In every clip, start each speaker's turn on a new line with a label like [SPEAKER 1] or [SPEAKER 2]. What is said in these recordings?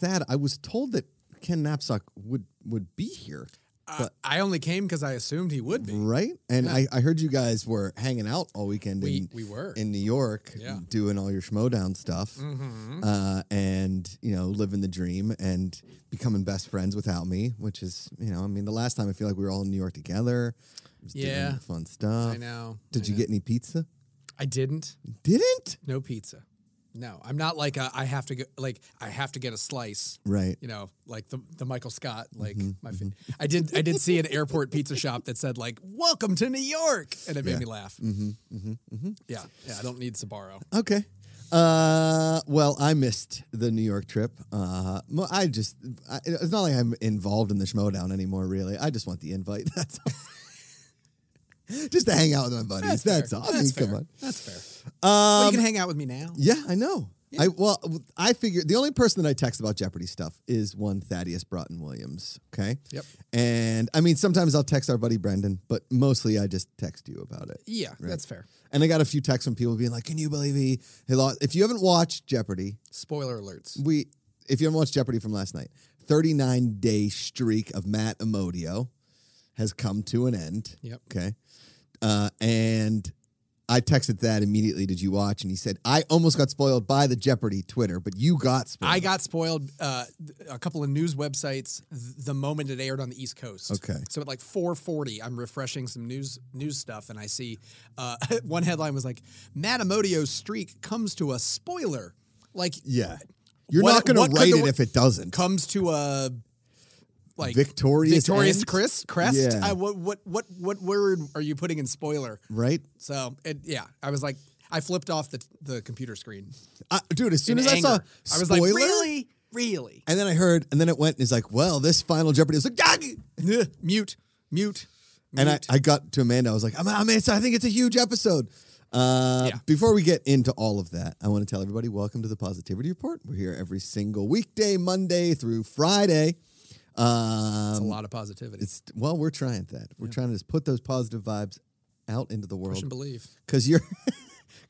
[SPEAKER 1] that, I was told that Ken Knapsack would would be here,
[SPEAKER 2] Uh, I only came because I assumed he would be.
[SPEAKER 1] right? And I, I heard you guys were hanging out all weekend.
[SPEAKER 2] We-
[SPEAKER 1] in,
[SPEAKER 2] we were.
[SPEAKER 1] in New York,
[SPEAKER 2] Yeah. Mm-hmm.
[SPEAKER 1] doing all your schmodown stuff, uh, and you know, living the dream and becoming best friends without me, which is you know, I mean, the last time I feel like we were all in New York together. just doing
[SPEAKER 2] Yeah.
[SPEAKER 1] fun stuff.
[SPEAKER 2] I know.
[SPEAKER 1] Did
[SPEAKER 2] I
[SPEAKER 1] you
[SPEAKER 2] know.
[SPEAKER 1] get any pizza?
[SPEAKER 2] I didn't.
[SPEAKER 1] Didn't.
[SPEAKER 2] No pizza. No, I'm not like a, I have to go like I have to get a slice.
[SPEAKER 1] Right. Mm-hmm,
[SPEAKER 2] You know, like the the Michael Scott like my fa- I did I did see an airport pizza shop that said like "Welcome to New York" and it made
[SPEAKER 1] Yeah.
[SPEAKER 2] me laugh. Mm-hmm, mm-hmm, Yeah, yeah. I don't need Sabaro.
[SPEAKER 1] Okay. Uh, well, I missed the New York trip. Uh, mo- I just, I, it's not like I'm involved in the Schmodown anymore, really. I just want the invite. That's all. just to hang out with my buddies. That's,
[SPEAKER 2] fair.
[SPEAKER 1] all. I mean,
[SPEAKER 2] That's fair.
[SPEAKER 1] come on. Um,
[SPEAKER 2] That's fair. well, you can hang out with me now.
[SPEAKER 1] Yeah, I know. I well, I figured the only person that I text about Jeopardy stuff is one Thaddeus Broughton Williams. Okay.
[SPEAKER 2] Yep.
[SPEAKER 1] And I mean, sometimes I'll text our buddy Brendan, but mostly I just text you about it.
[SPEAKER 2] Yeah, that's fair.
[SPEAKER 1] And I got a few texts from people being like, "Can you believe he, he lost?" If you haven't watched Jeopardy,
[SPEAKER 2] Spoiler alerts.
[SPEAKER 1] we if you haven't watched Jeopardy from last night, 39 day streak of Matt Amodio has come to an end.
[SPEAKER 2] Yep.
[SPEAKER 1] Okay. Uh, and I texted that immediately. Did you watch? And he said, I almost got spoiled by the Jeopardy Twitter, but you got spoiled.
[SPEAKER 2] I got spoiled uh, th- a couple of news websites th- the moment it aired on the East Coast.
[SPEAKER 1] Okay.
[SPEAKER 2] So at like 4:40, I'm refreshing some news news stuff, and I see uh, one headline was like, "Matt Imodio's streak comes to a spoiler." Like
[SPEAKER 1] Yeah. You're
[SPEAKER 2] What-
[SPEAKER 1] not going
[SPEAKER 2] what
[SPEAKER 1] to
[SPEAKER 2] could
[SPEAKER 1] write
[SPEAKER 2] the
[SPEAKER 1] it
[SPEAKER 2] wo-
[SPEAKER 1] if it doesn't.
[SPEAKER 2] comes to a like
[SPEAKER 1] Victorious
[SPEAKER 2] victorious
[SPEAKER 1] end?
[SPEAKER 2] crest crest.
[SPEAKER 1] Yeah.
[SPEAKER 2] I, what what what what word are you putting in spoiler?
[SPEAKER 1] right?
[SPEAKER 2] So it, yeah, I was like, I flipped off the the computer screen.
[SPEAKER 1] Uh, dude, as soon
[SPEAKER 2] in
[SPEAKER 1] as I saw
[SPEAKER 2] anger. I was
[SPEAKER 1] spoiler,
[SPEAKER 2] like, really, really.
[SPEAKER 1] and then I heard, and then it went, and it's like, well, this final Jeopardy is like, "Ah!"
[SPEAKER 2] Ugh, mute, mute.
[SPEAKER 1] And I,
[SPEAKER 2] mute.
[SPEAKER 1] I got to Amanda. I was like, I'm, I'm it's, I think it's a huge episode. Uh,
[SPEAKER 2] Yeah.
[SPEAKER 1] Before we get into all of that, I want to tell everybody welcome to the Positivity Report. We're here every single weekday, Monday through Friday.
[SPEAKER 2] It's a
[SPEAKER 1] Um,
[SPEAKER 2] lot of positivity.
[SPEAKER 1] it's well, we're trying that. We're trying to just put those positive vibes out into the
[SPEAKER 2] Push and
[SPEAKER 1] world
[SPEAKER 2] believe.
[SPEAKER 1] because your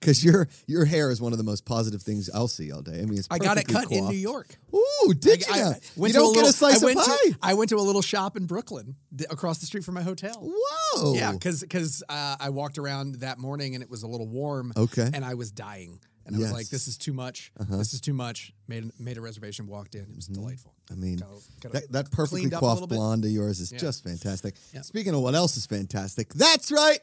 [SPEAKER 1] because your your hair is one of the most positive things I'll see all day. I mean, it's
[SPEAKER 2] I got it
[SPEAKER 1] perfectly
[SPEAKER 2] cut in
[SPEAKER 1] coiffed.
[SPEAKER 2] New York.
[SPEAKER 1] Ooh, did
[SPEAKER 2] I-
[SPEAKER 1] you? now?
[SPEAKER 2] I went
[SPEAKER 1] you
[SPEAKER 2] to
[SPEAKER 1] don't
[SPEAKER 2] little-
[SPEAKER 1] get a slice
[SPEAKER 2] I went
[SPEAKER 1] of pie.
[SPEAKER 2] To, I went to a little shop in Brooklyn, d- across the street from my hotel.
[SPEAKER 1] Whoa!
[SPEAKER 2] Yeah, because uh, I walked around that morning and it was a little warm.
[SPEAKER 1] Okay.
[SPEAKER 2] and I was dying, and I was
[SPEAKER 1] Yes. Uh-huh.
[SPEAKER 2] like, "This is too much. This is too much." Made made a reservation, walked in. It was
[SPEAKER 1] Mm-hmm.
[SPEAKER 2] delightful.
[SPEAKER 1] I mean,
[SPEAKER 2] Got a- got a-
[SPEAKER 1] that, that perfectly
[SPEAKER 2] cleaned up a
[SPEAKER 1] coiffed
[SPEAKER 2] little bit.
[SPEAKER 1] blonde of yours is
[SPEAKER 2] Yeah.
[SPEAKER 1] just fantastic.
[SPEAKER 2] Yeah.
[SPEAKER 1] Speaking of what else is fantastic, that's right,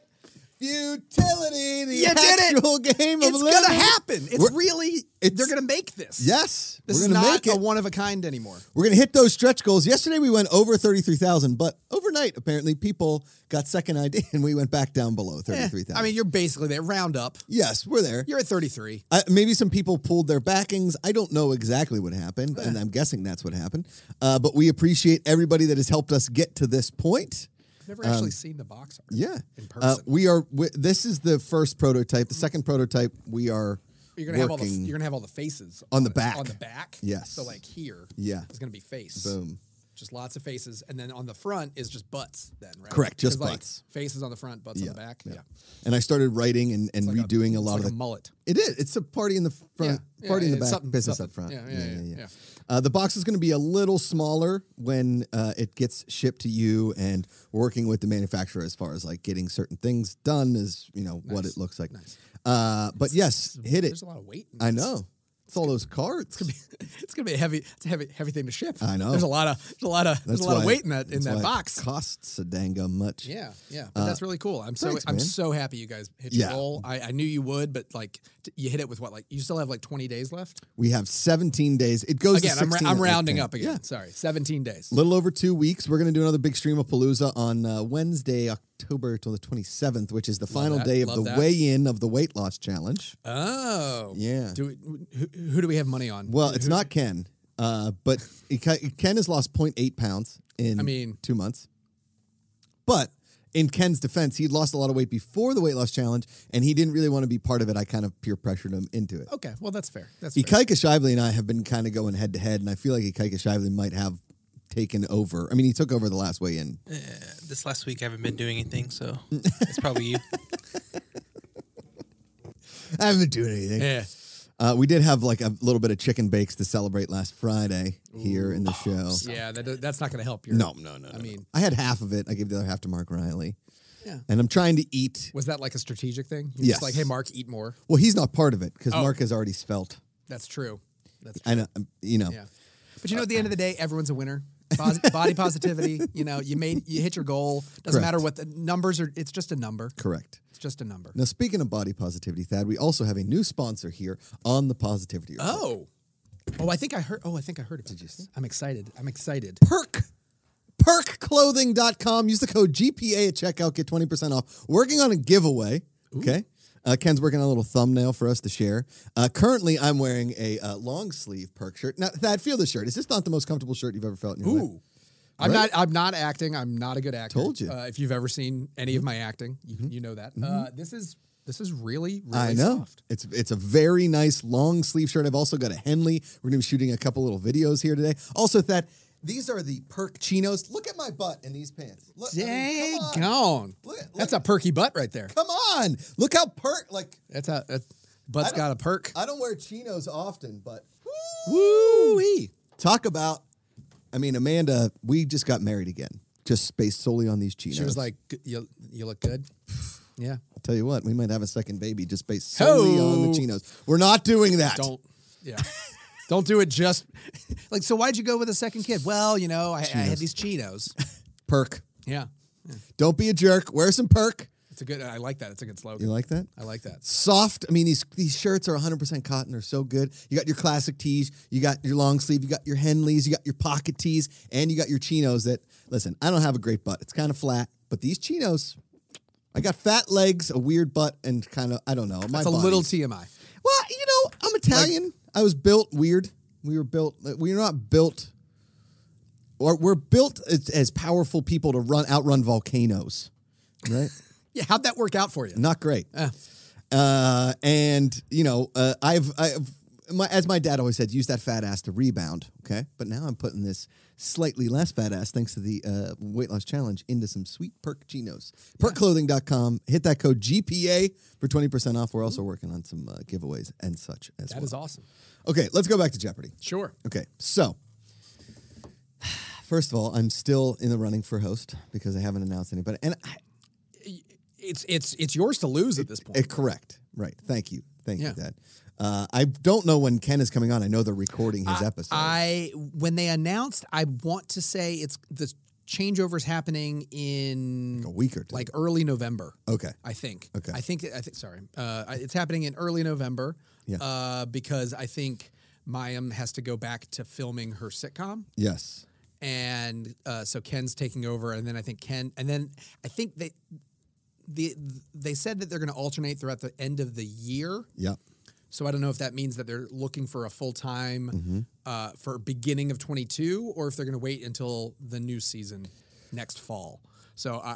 [SPEAKER 1] futility. The
[SPEAKER 2] You did it!
[SPEAKER 1] actual game of
[SPEAKER 2] It's
[SPEAKER 1] living.
[SPEAKER 2] gonna happen. It's
[SPEAKER 1] We're-
[SPEAKER 2] really.
[SPEAKER 1] it's-
[SPEAKER 2] they're gonna make this.
[SPEAKER 1] Yes,
[SPEAKER 2] this
[SPEAKER 1] we're
[SPEAKER 2] is
[SPEAKER 1] gonna
[SPEAKER 2] not
[SPEAKER 1] make it.
[SPEAKER 2] a one of a kind anymore.
[SPEAKER 1] we're gonna hit those stretch goals. Yesterday we went over thirty-three thousand, but overnight apparently people got second ID and we went back down below
[SPEAKER 2] Eh,
[SPEAKER 1] thirty-three thousand.
[SPEAKER 2] I mean, you're basically there. Round up.
[SPEAKER 1] yes, we're there.
[SPEAKER 2] You're at 33.
[SPEAKER 1] I, maybe some people pulled their backings. I don't know exactly what happened,
[SPEAKER 2] Eh.
[SPEAKER 1] and I'm guessing that's what happened. Uh, but we appreciate everybody that has helped us get to this point.
[SPEAKER 2] I've never actually seen the box art.
[SPEAKER 1] Um, Yeah,
[SPEAKER 2] In
[SPEAKER 1] Uh,
[SPEAKER 2] person.
[SPEAKER 1] we are. W- this is the first prototype. The second prototype we are
[SPEAKER 2] you're gonna have all the
[SPEAKER 1] working.
[SPEAKER 2] you're gonna have all the faces
[SPEAKER 1] On the
[SPEAKER 2] it-
[SPEAKER 1] back.
[SPEAKER 2] On the back.
[SPEAKER 1] Yes.
[SPEAKER 2] So like here.
[SPEAKER 1] Yeah.
[SPEAKER 2] It's gonna be face.
[SPEAKER 1] Boom.
[SPEAKER 2] Just lots of faces, and then on the front is just butts. Then right.
[SPEAKER 1] Correct, just
[SPEAKER 2] 'Cause, like,
[SPEAKER 1] butts.
[SPEAKER 2] faces on the front, butts on the back. Yeah.
[SPEAKER 1] And I started writing and, and
[SPEAKER 2] Like
[SPEAKER 1] redoing a, lot
[SPEAKER 2] it's
[SPEAKER 1] of
[SPEAKER 2] like
[SPEAKER 1] the.
[SPEAKER 2] mullet.
[SPEAKER 1] it is. It's a party in the front,
[SPEAKER 2] Yeah,
[SPEAKER 1] party in
[SPEAKER 2] yeah,
[SPEAKER 1] the back,
[SPEAKER 2] something-
[SPEAKER 1] business
[SPEAKER 2] something.
[SPEAKER 1] up front.
[SPEAKER 2] Yeah, yeah, yeah, yeah.
[SPEAKER 1] Uh, the box is going to be a little smaller when uh, it gets shipped to you, and working with the manufacturer as far as like getting certain things done is you know what
[SPEAKER 2] Nice.
[SPEAKER 1] it looks like.
[SPEAKER 2] Nice.
[SPEAKER 1] Uh, but yes, hit it.
[SPEAKER 2] There's a lot of weight. in
[SPEAKER 1] I
[SPEAKER 2] this.
[SPEAKER 1] know. It's all those cards.
[SPEAKER 2] It's gonna be a heavy. It's a heavy, heavy thing to ship.
[SPEAKER 1] I know.
[SPEAKER 2] There's a lot of. There's a lot of. there's a lot of
[SPEAKER 1] why-
[SPEAKER 2] weight in that in
[SPEAKER 1] that's why
[SPEAKER 2] that
[SPEAKER 1] it
[SPEAKER 2] box.
[SPEAKER 1] Costs a dang gum much.
[SPEAKER 2] Yeah, yeah, but that's really cool. I'm so
[SPEAKER 1] Uh, thanks,
[SPEAKER 2] I'm
[SPEAKER 1] man.
[SPEAKER 2] so happy you guys hit your
[SPEAKER 1] Yeah.
[SPEAKER 2] goal. I, I knew you would, but like t- you hit it with what? Like you still have like 20 days left.
[SPEAKER 1] We have 17 days. It goes
[SPEAKER 2] Again,
[SPEAKER 1] to
[SPEAKER 2] I'm, ra-
[SPEAKER 1] 16
[SPEAKER 2] I'm
[SPEAKER 1] at
[SPEAKER 2] rounding
[SPEAKER 1] 10.
[SPEAKER 2] up again.
[SPEAKER 1] Yeah.
[SPEAKER 2] Sorry, 17 days.
[SPEAKER 1] A little over two weeks. We're going to do another big stream of Palooza on uh, Wednesday, October till the 27th, which is the final
[SPEAKER 2] that.
[SPEAKER 1] day of
[SPEAKER 2] Love
[SPEAKER 1] the
[SPEAKER 2] that.
[SPEAKER 1] weigh-in of the weight loss challenge.
[SPEAKER 2] oh,
[SPEAKER 1] Yeah.
[SPEAKER 2] Do we, who, who do we have money on?
[SPEAKER 1] Well, it's not Ken, uh, but he ca- Ken has lost 0.8 pounds in
[SPEAKER 2] I mean-
[SPEAKER 1] two months. But in Ken's defense, he'd lost a lot of weight before the weight loss challenge, and he didn't really want to be part of it. I kind of peer pressured him into it.
[SPEAKER 2] okay. Well, that's fair. That's fair.
[SPEAKER 1] Ikaika Shively and I have been kind of going head to head, and I feel like Ikaika Shively might have taken over. I mean, he took over the last weigh in.
[SPEAKER 2] Eh.
[SPEAKER 3] This last week I haven't been doing anything, so it's probably you.
[SPEAKER 2] Eh.
[SPEAKER 1] I haven't been doing anything.
[SPEAKER 2] Yeah.
[SPEAKER 1] Uh, we did have like a little bit of chicken bakes to celebrate last Friday here in the show.
[SPEAKER 2] Yeah, that, that's not going to help you.
[SPEAKER 1] No, no, no.
[SPEAKER 2] I mean-
[SPEAKER 1] I had half of it. I gave the other half to Mark Riley,
[SPEAKER 2] Yeah.
[SPEAKER 1] and I'm trying to eat.
[SPEAKER 2] Was that like a strategic thing? You're
[SPEAKER 1] Yes.
[SPEAKER 2] Just like, hey, Mark, eat more.
[SPEAKER 1] Well, he's not part of it because
[SPEAKER 2] Oh.
[SPEAKER 1] Mark has already spelt.
[SPEAKER 2] That's true. That's true.
[SPEAKER 1] And uh, you know,
[SPEAKER 2] Yeah. But you know, at the end of the day, everyone's a winner. Pos- body positivity. You know, you made you hit your goal. Doesn't
[SPEAKER 1] Correct.
[SPEAKER 2] matter what the numbers are. It's just a number.
[SPEAKER 1] correct.
[SPEAKER 2] It's just a number.
[SPEAKER 1] Now, speaking of body positivity, Thad, we also have a new sponsor here on the Positivity Report.
[SPEAKER 2] Oh. Oh, I think I heard. Oh, I think I heard about this. I'm excited. I'm excited.
[SPEAKER 1] Perk. Perkclothing.com. Use the code GPA at checkout. Get 20% off. Working on a giveaway. Okay. Uh, Ken's working on a little thumbnail for us to share. Uh, currently, I'm wearing a uh, long sleeve perk shirt. Now, Thad, feel the shirt. Is this not the most comfortable shirt you've ever felt in your life?
[SPEAKER 2] Ooh. I'm
[SPEAKER 1] Right?
[SPEAKER 2] not. I'm not acting. I'm not a good actor.
[SPEAKER 1] Told you. Mm-hmm.
[SPEAKER 2] Uh, if you've ever seen any of my acting, you, you know that. Uh, this is this is really really
[SPEAKER 1] I know.
[SPEAKER 2] soft.
[SPEAKER 1] It's it's a very nice long sleeve shirt. I've also got a Henley. We're gonna be shooting a couple little videos here today. Also, Thad, these are the perk chinos. Look at my butt in these pants. Look, I mean,
[SPEAKER 2] Dang
[SPEAKER 1] come on.
[SPEAKER 2] on.
[SPEAKER 1] Look at-
[SPEAKER 2] That's a
[SPEAKER 1] look-
[SPEAKER 2] perky butt right there.
[SPEAKER 1] Come on. Look how perk like
[SPEAKER 2] That's a that
[SPEAKER 1] I
[SPEAKER 2] butt's
[SPEAKER 1] don't-
[SPEAKER 2] got a perk.
[SPEAKER 1] I don't wear chinos often, but
[SPEAKER 2] Woo!
[SPEAKER 1] talk about I mean, Amanda, we just got married again. Just based solely on these chinos.
[SPEAKER 2] She was like, "G- "You you look good." Yeah.
[SPEAKER 1] I'll tell you what, we might have a second baby just based solely on
[SPEAKER 2] Ho!
[SPEAKER 1] the chinos. We're not doing that.
[SPEAKER 2] Don't. Yeah. Don't do it just like so. Why'd you go with a second kid? Well, you know, I, I had these Cheetos.
[SPEAKER 1] perk.
[SPEAKER 2] Yeah,
[SPEAKER 1] Don't be a jerk. Wear some perk.
[SPEAKER 2] it's a good. I like that. It's a good
[SPEAKER 1] You
[SPEAKER 2] slogan.
[SPEAKER 1] like that?
[SPEAKER 2] I like that.
[SPEAKER 1] soft. I mean, these these shirts are 100% cotton. They're so good. You got your classic tees, you got your long sleeve, you got your Henleys, you got your pocket tees, and you got your chinos. That listen, I don't have a great butt. It's kind of flat, but these chinos, I got fat legs, a weird butt, and kind of I don't know. My
[SPEAKER 2] It's a little
[SPEAKER 1] body's-
[SPEAKER 2] TMI.
[SPEAKER 1] well, you know, I'm Italian. I was built weird. We were built. We are not built. Or we're built as, as powerful people to run outrun volcanoes, right?
[SPEAKER 2] Yeah, how'd that work out for you?
[SPEAKER 1] Not great.
[SPEAKER 2] Ah.
[SPEAKER 1] Uh, and you know, uh, I've, I've my, as my dad always said, use that fat ass to rebound. Okay, but now I'm putting this slightly less fat ass, thanks to the uh, weight loss challenge, into some sweet perk chinos. Perkclothing.com. Hit that code GPA for twenty percent off. We're also working on some uh, giveaways and such as
[SPEAKER 2] That
[SPEAKER 1] well.
[SPEAKER 2] is awesome.
[SPEAKER 1] okay, let's go back to Jeopardy.
[SPEAKER 2] Sure.
[SPEAKER 1] Okay, so. First of all, I'm still in the running for host because I haven't announced anybody, and I,
[SPEAKER 2] It's it's it's yours to lose at this point.
[SPEAKER 1] Eh, correct. Right. Thank you. Thank
[SPEAKER 2] Yeah.
[SPEAKER 1] you, Dad. Uh, I don't know when Ken is coming on. I know they're recording his episode.
[SPEAKER 2] I when they announced, I want to say it's the changeover's happening in
[SPEAKER 1] a week or two.
[SPEAKER 2] like Oh, early November.
[SPEAKER 1] okay.
[SPEAKER 2] I think.
[SPEAKER 1] Okay.
[SPEAKER 2] I think. I think. Sorry. Uh, I- it's happening in early November.
[SPEAKER 1] Yeah.
[SPEAKER 2] Uh, because I think Mayim has to go back to filming her sitcom,
[SPEAKER 1] Yes.
[SPEAKER 2] and uh, so Ken's taking over, and then I think Ken, and then I think they, the they said that they're going to alternate throughout the end of the year.
[SPEAKER 1] Yep.
[SPEAKER 2] So I don't know if that means that they're looking for a full time
[SPEAKER 1] Mm-hmm.
[SPEAKER 2] uh, for beginning of 22, or if they're going to wait until the new season next fall. So I,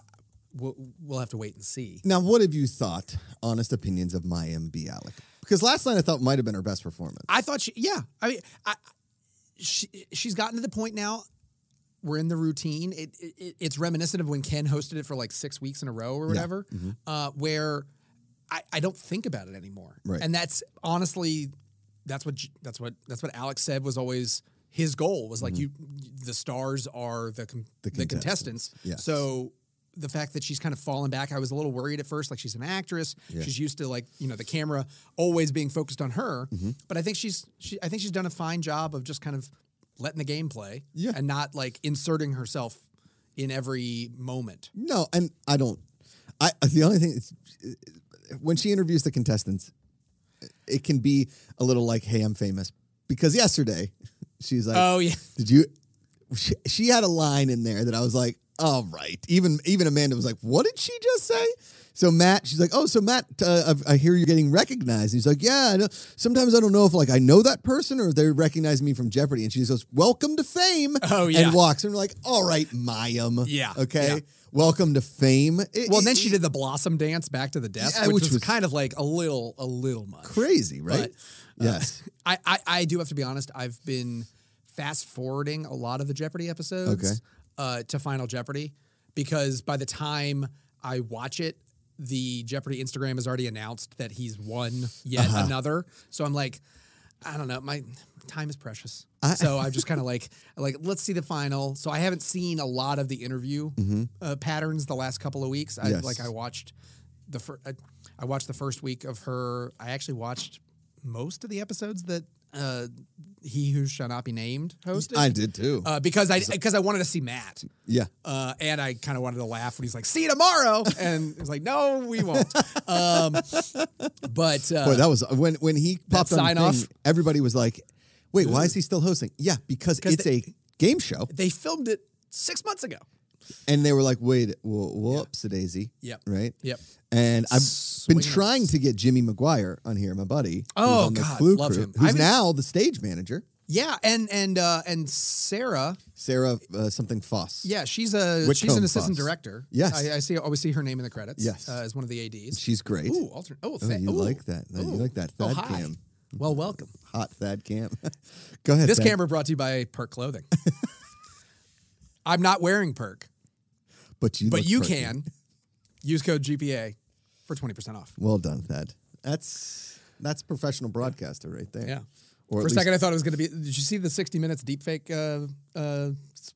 [SPEAKER 2] we'll, we'll have to wait and see.
[SPEAKER 1] Now, what have you thought? Honest opinions of Mayim Bialik? Because last night I thought might have been her best performance.
[SPEAKER 2] I thought she, yeah. I mean, I, she, she's gotten to the point now. We're in the routine. It, it it's reminiscent of when Ken hosted it for like six weeks in a row or whatever, uh, where I, I don't think about it anymore.
[SPEAKER 1] Right.
[SPEAKER 2] And that's honestly, that's what j- that's what that's what Alex said was always his goal was like you, the stars are the com- the,
[SPEAKER 1] contestants.
[SPEAKER 2] contestants.
[SPEAKER 1] Yes.
[SPEAKER 2] So the fact that she's kind of fallen back, I was a little worried at first. Like she's an actress, she's used to like you know the camera always being focused on her.
[SPEAKER 1] Mm-hmm.
[SPEAKER 2] But I think she's she, I think she's done a fine job of just kind of letting the game play
[SPEAKER 1] Yeah.
[SPEAKER 2] and not like inserting herself in every moment.
[SPEAKER 1] No, and I don't. I uh, the only thing is, uh, when she interviews the contestants, it can be a little like, "Hey, I'm famous," because yesterday she's like,
[SPEAKER 2] Oh yeah,
[SPEAKER 1] Did you? She, she had a line in there that I was like, all right. Even even Amanda was like, what did she just say? So Matt, she's like, oh, so Matt, uh, I, I hear you're getting recognized. And he's like, yeah. I know. Sometimes I don't know if like I know that person or they recognize me from Jeopardy. And she just goes, welcome to fame.
[SPEAKER 2] Oh, yeah.
[SPEAKER 1] And walks. And we're like, all right, Mayim.
[SPEAKER 2] Yeah,
[SPEAKER 1] Okay.
[SPEAKER 2] yeah.
[SPEAKER 1] Welcome to fame. It-
[SPEAKER 2] Well, and
[SPEAKER 1] it-
[SPEAKER 2] then she did the blossom dance back to the desk,
[SPEAKER 1] Yeah,
[SPEAKER 2] which,
[SPEAKER 1] which
[SPEAKER 2] was,
[SPEAKER 1] was-
[SPEAKER 2] kind of like a little, a little much.
[SPEAKER 1] crazy, right?
[SPEAKER 2] uh,
[SPEAKER 1] yes.
[SPEAKER 2] I, I, I do have to be honest. I've been fast forwarding a lot of the Jeopardy episodes
[SPEAKER 1] Okay.
[SPEAKER 2] uh, to Final Jeopardy because by the time I watch it, the Jeopardy Instagram has already announced that he's won yet
[SPEAKER 1] Uh-huh.
[SPEAKER 2] another. So I'm like, I don't know. My time is precious. so I'm just kind of like, like let's see the final. So I haven't seen a lot of the interview uh, patterns the last couple of weeks. I
[SPEAKER 1] Mm-hmm. Yes.
[SPEAKER 2] like I watched the fir- I, I watched the first week of her. I actually watched most of the episodes that uh, he who shall not be named hosted.
[SPEAKER 1] I did too.
[SPEAKER 2] Uh, because I because I wanted to see Matt.
[SPEAKER 1] yeah.
[SPEAKER 2] Uh, and I kind of wanted to laugh when he's like, "See you tomorrow," and he's like, "No, we won't." Um, but uh,
[SPEAKER 1] Boy, that was when when he popped on
[SPEAKER 2] sign
[SPEAKER 1] the
[SPEAKER 2] off.
[SPEAKER 1] thing, Everybody was like, "Wait, why is he still hosting?" Yeah, because
[SPEAKER 2] 'Cause
[SPEAKER 1] it's
[SPEAKER 2] they-
[SPEAKER 1] a game show,
[SPEAKER 2] they filmed it six months ago.
[SPEAKER 1] and they were like, "Wait, wha- whoops, a daisy."
[SPEAKER 2] Yep.
[SPEAKER 1] Right.
[SPEAKER 2] Yep.
[SPEAKER 1] And I've
[SPEAKER 2] Swing
[SPEAKER 1] been
[SPEAKER 2] and a
[SPEAKER 1] trying
[SPEAKER 2] miss.
[SPEAKER 1] to get Jimmy McGuire on here, my buddy. who
[SPEAKER 2] Oh,
[SPEAKER 1] was on the
[SPEAKER 2] God,
[SPEAKER 1] Clue
[SPEAKER 2] love
[SPEAKER 1] Crew,
[SPEAKER 2] him. I
[SPEAKER 1] Who's
[SPEAKER 2] haven't-
[SPEAKER 1] now the stage manager,
[SPEAKER 2] Yeah, and and uh, and Sarah,
[SPEAKER 1] Sarah uh, something Foss.
[SPEAKER 2] yeah, she's a she's
[SPEAKER 1] Whitcomb
[SPEAKER 2] an assistant
[SPEAKER 1] Foss.
[SPEAKER 2] director.
[SPEAKER 1] Yes.
[SPEAKER 2] I, I see. Always see her name in the credits.
[SPEAKER 1] Yes.
[SPEAKER 2] uh, as one of the ads.
[SPEAKER 1] she's great.
[SPEAKER 2] Ooh, alternate. Oh,
[SPEAKER 1] Oh,
[SPEAKER 2] tha-
[SPEAKER 1] you
[SPEAKER 2] ooh.
[SPEAKER 1] like that? You
[SPEAKER 2] Ooh.
[SPEAKER 1] like that
[SPEAKER 2] Oh,
[SPEAKER 1] Thad
[SPEAKER 2] hi.
[SPEAKER 1] Cam?
[SPEAKER 2] Well, welcome.
[SPEAKER 1] Hot Thad Cam. Go ahead.
[SPEAKER 2] This
[SPEAKER 1] Thad.
[SPEAKER 2] camera brought to you by Perk Clothing. I'm not wearing Perk,
[SPEAKER 1] but you,
[SPEAKER 2] but
[SPEAKER 1] look
[SPEAKER 2] you
[SPEAKER 1] perky.
[SPEAKER 2] can use code GPA for twenty percent off.
[SPEAKER 1] Well done, Thad. That's that's professional broadcaster right there.
[SPEAKER 2] Yeah.
[SPEAKER 1] Or
[SPEAKER 2] For
[SPEAKER 1] at
[SPEAKER 2] a second, I thought it was going to be. Did you see the 60 Minutes deepfake uh, uh, s-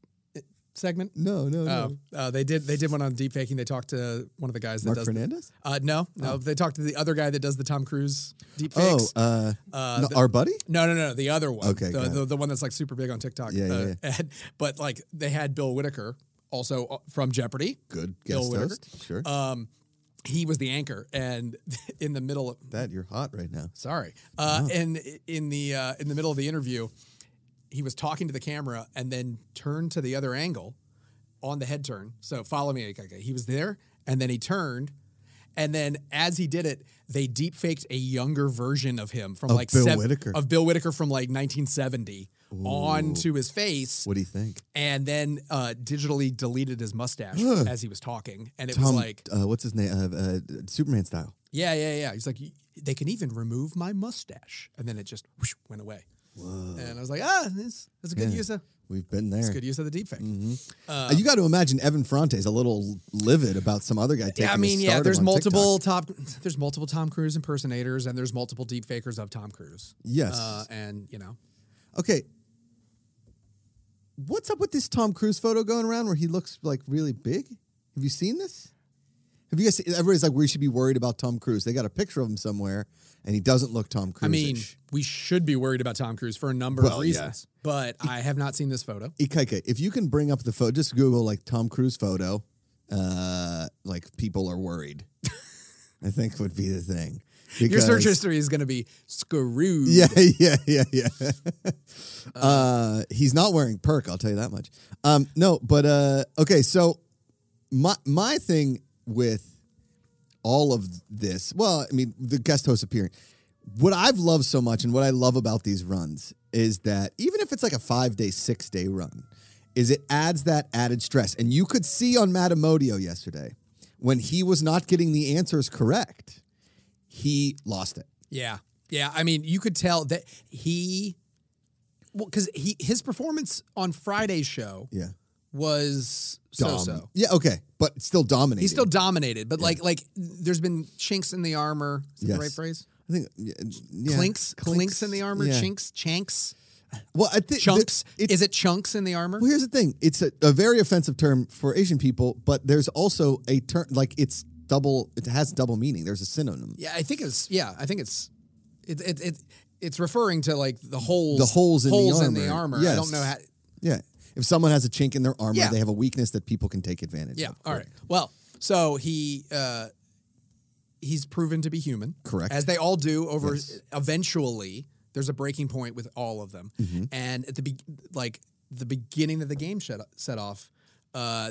[SPEAKER 2] segment?
[SPEAKER 1] least- no, no, no.
[SPEAKER 2] Oh, uh, they did. They did one on deepfaking. They talked to one of the guys that
[SPEAKER 1] Mark
[SPEAKER 2] does.
[SPEAKER 1] Fernandez.
[SPEAKER 2] Uh, no, no. They talked to the other guy that does the Tom Cruise
[SPEAKER 1] Oh,
[SPEAKER 2] deepfakes.
[SPEAKER 1] uh,
[SPEAKER 2] Uh,
[SPEAKER 1] no,
[SPEAKER 2] the-
[SPEAKER 1] our buddy.
[SPEAKER 2] no, no, no. The other one.
[SPEAKER 1] Okay,
[SPEAKER 2] The,
[SPEAKER 1] got
[SPEAKER 2] the, the one that's like super big on TikTok.
[SPEAKER 1] Yeah, yeah,
[SPEAKER 2] uh,
[SPEAKER 1] yeah.
[SPEAKER 2] and- but like they had Bill Whitaker also uh, from Jeopardy.
[SPEAKER 1] Good
[SPEAKER 2] Bill
[SPEAKER 1] guest
[SPEAKER 2] Whitaker.
[SPEAKER 1] host. Sure.
[SPEAKER 2] Um, he was the anchor, and in the middle of
[SPEAKER 1] that you're hot right now.
[SPEAKER 2] Sorry. Uh, And in the uh, in the middle of the interview, he was talking to the camera and then turned to the other angle on the head turn. So follow me. Okay, okay. He was there, and then he turned. And then, as he did it, they deep faked a younger version of him from like
[SPEAKER 1] Bill Whitaker.
[SPEAKER 2] of Bill Whitaker from like 1970 onto his face,
[SPEAKER 1] What do you think?
[SPEAKER 2] and then uh, digitally deleted his mustache as he was talking. And it was
[SPEAKER 1] Tom,
[SPEAKER 2] like,
[SPEAKER 1] uh, what's his name? Uh, uh, Superman style.
[SPEAKER 2] yeah, yeah, yeah. He's like, "Y- they can even remove my mustache, and then it just whoosh, went away. And I was like, ah, this that's a good
[SPEAKER 1] Yeah.
[SPEAKER 2] use of
[SPEAKER 1] We've been there.
[SPEAKER 2] that's a good use of the deepfake.
[SPEAKER 1] Uh, you got to imagine Evan Fronte's a little livid about some other guy taking.
[SPEAKER 2] Yeah, I
[SPEAKER 1] his
[SPEAKER 2] mean, yeah.
[SPEAKER 1] stardom
[SPEAKER 2] There's
[SPEAKER 1] on
[SPEAKER 2] multiple top, there's multiple Tom Cruise impersonators, and there's multiple deepfakers of Tom Cruise.
[SPEAKER 1] Yes.
[SPEAKER 2] uh, and you know,
[SPEAKER 1] TikTok. Okay. What's up with this Tom Cruise photo going around where he looks like really big? Have you seen this? Have you guys? Seen, everybody's like, we should be worried about Tom Cruise. They got a picture of him somewhere, and he doesn't look Tom Cruise.
[SPEAKER 2] I mean, we should be worried about Tom Cruise for a number
[SPEAKER 1] Well,
[SPEAKER 2] of
[SPEAKER 1] yeah.
[SPEAKER 2] reasons, but I have not seen this photo.
[SPEAKER 1] Ikaika, if you can bring up the photo, just Google like Tom Cruise photo. Uh, like people are worried. I think would be the thing.
[SPEAKER 2] Your search
[SPEAKER 1] Because-
[SPEAKER 2] history is going to be screwed.
[SPEAKER 1] Yeah, yeah, yeah, yeah. uh, he's not wearing perk. I'll tell you that much. Um, no, but uh, okay. So my my thing with all of this, well, I mean, the guest host appearing. What I've loved so much, and what I love about these runs, is that even if it's like a five day, six day run, is it adds that added stress. And you could see on Matt Amodio yesterday when he was not getting the answers correct, he lost it.
[SPEAKER 2] Yeah. Yeah. I mean, you could tell that he, well, because he his performance on Friday's show
[SPEAKER 1] Yeah.
[SPEAKER 2] was so
[SPEAKER 1] Dom-
[SPEAKER 2] so.
[SPEAKER 1] Yeah, okay, but still dominating.
[SPEAKER 2] He still dominated, but like like there's been chinks in the armor. Is that
[SPEAKER 1] Yes.
[SPEAKER 2] the right phrase?
[SPEAKER 1] I think yeah, yeah.
[SPEAKER 2] Clinks, clinks, in the armor.
[SPEAKER 1] yeah.
[SPEAKER 2] Chinks, chanks,
[SPEAKER 1] Well, I think
[SPEAKER 2] chunks.
[SPEAKER 1] It's,
[SPEAKER 2] Is it chunks in the armor?
[SPEAKER 1] well, here's the thing. It's a, a very offensive term for Asian people, but there's also a term like it's double. It has double meaning. There's a synonym.
[SPEAKER 2] Yeah, I think it's yeah, I think it's it it, it it's referring to like the holes
[SPEAKER 1] The holes in the armor.
[SPEAKER 2] armor. I
[SPEAKER 1] Yes.
[SPEAKER 2] don't know how.
[SPEAKER 1] Yeah. If someone has a chink in their armor,
[SPEAKER 2] Yeah.
[SPEAKER 1] they have a weakness that people can take advantage
[SPEAKER 2] Yeah.
[SPEAKER 1] of.
[SPEAKER 2] All right. Well, so he uh, he's proven to be human.
[SPEAKER 1] Correct.
[SPEAKER 2] As they all do over
[SPEAKER 1] Yes.
[SPEAKER 2] eventually there's a breaking point with all of them.
[SPEAKER 1] Mm-hmm.
[SPEAKER 2] And at the be- like the beginning of the game shut set off uh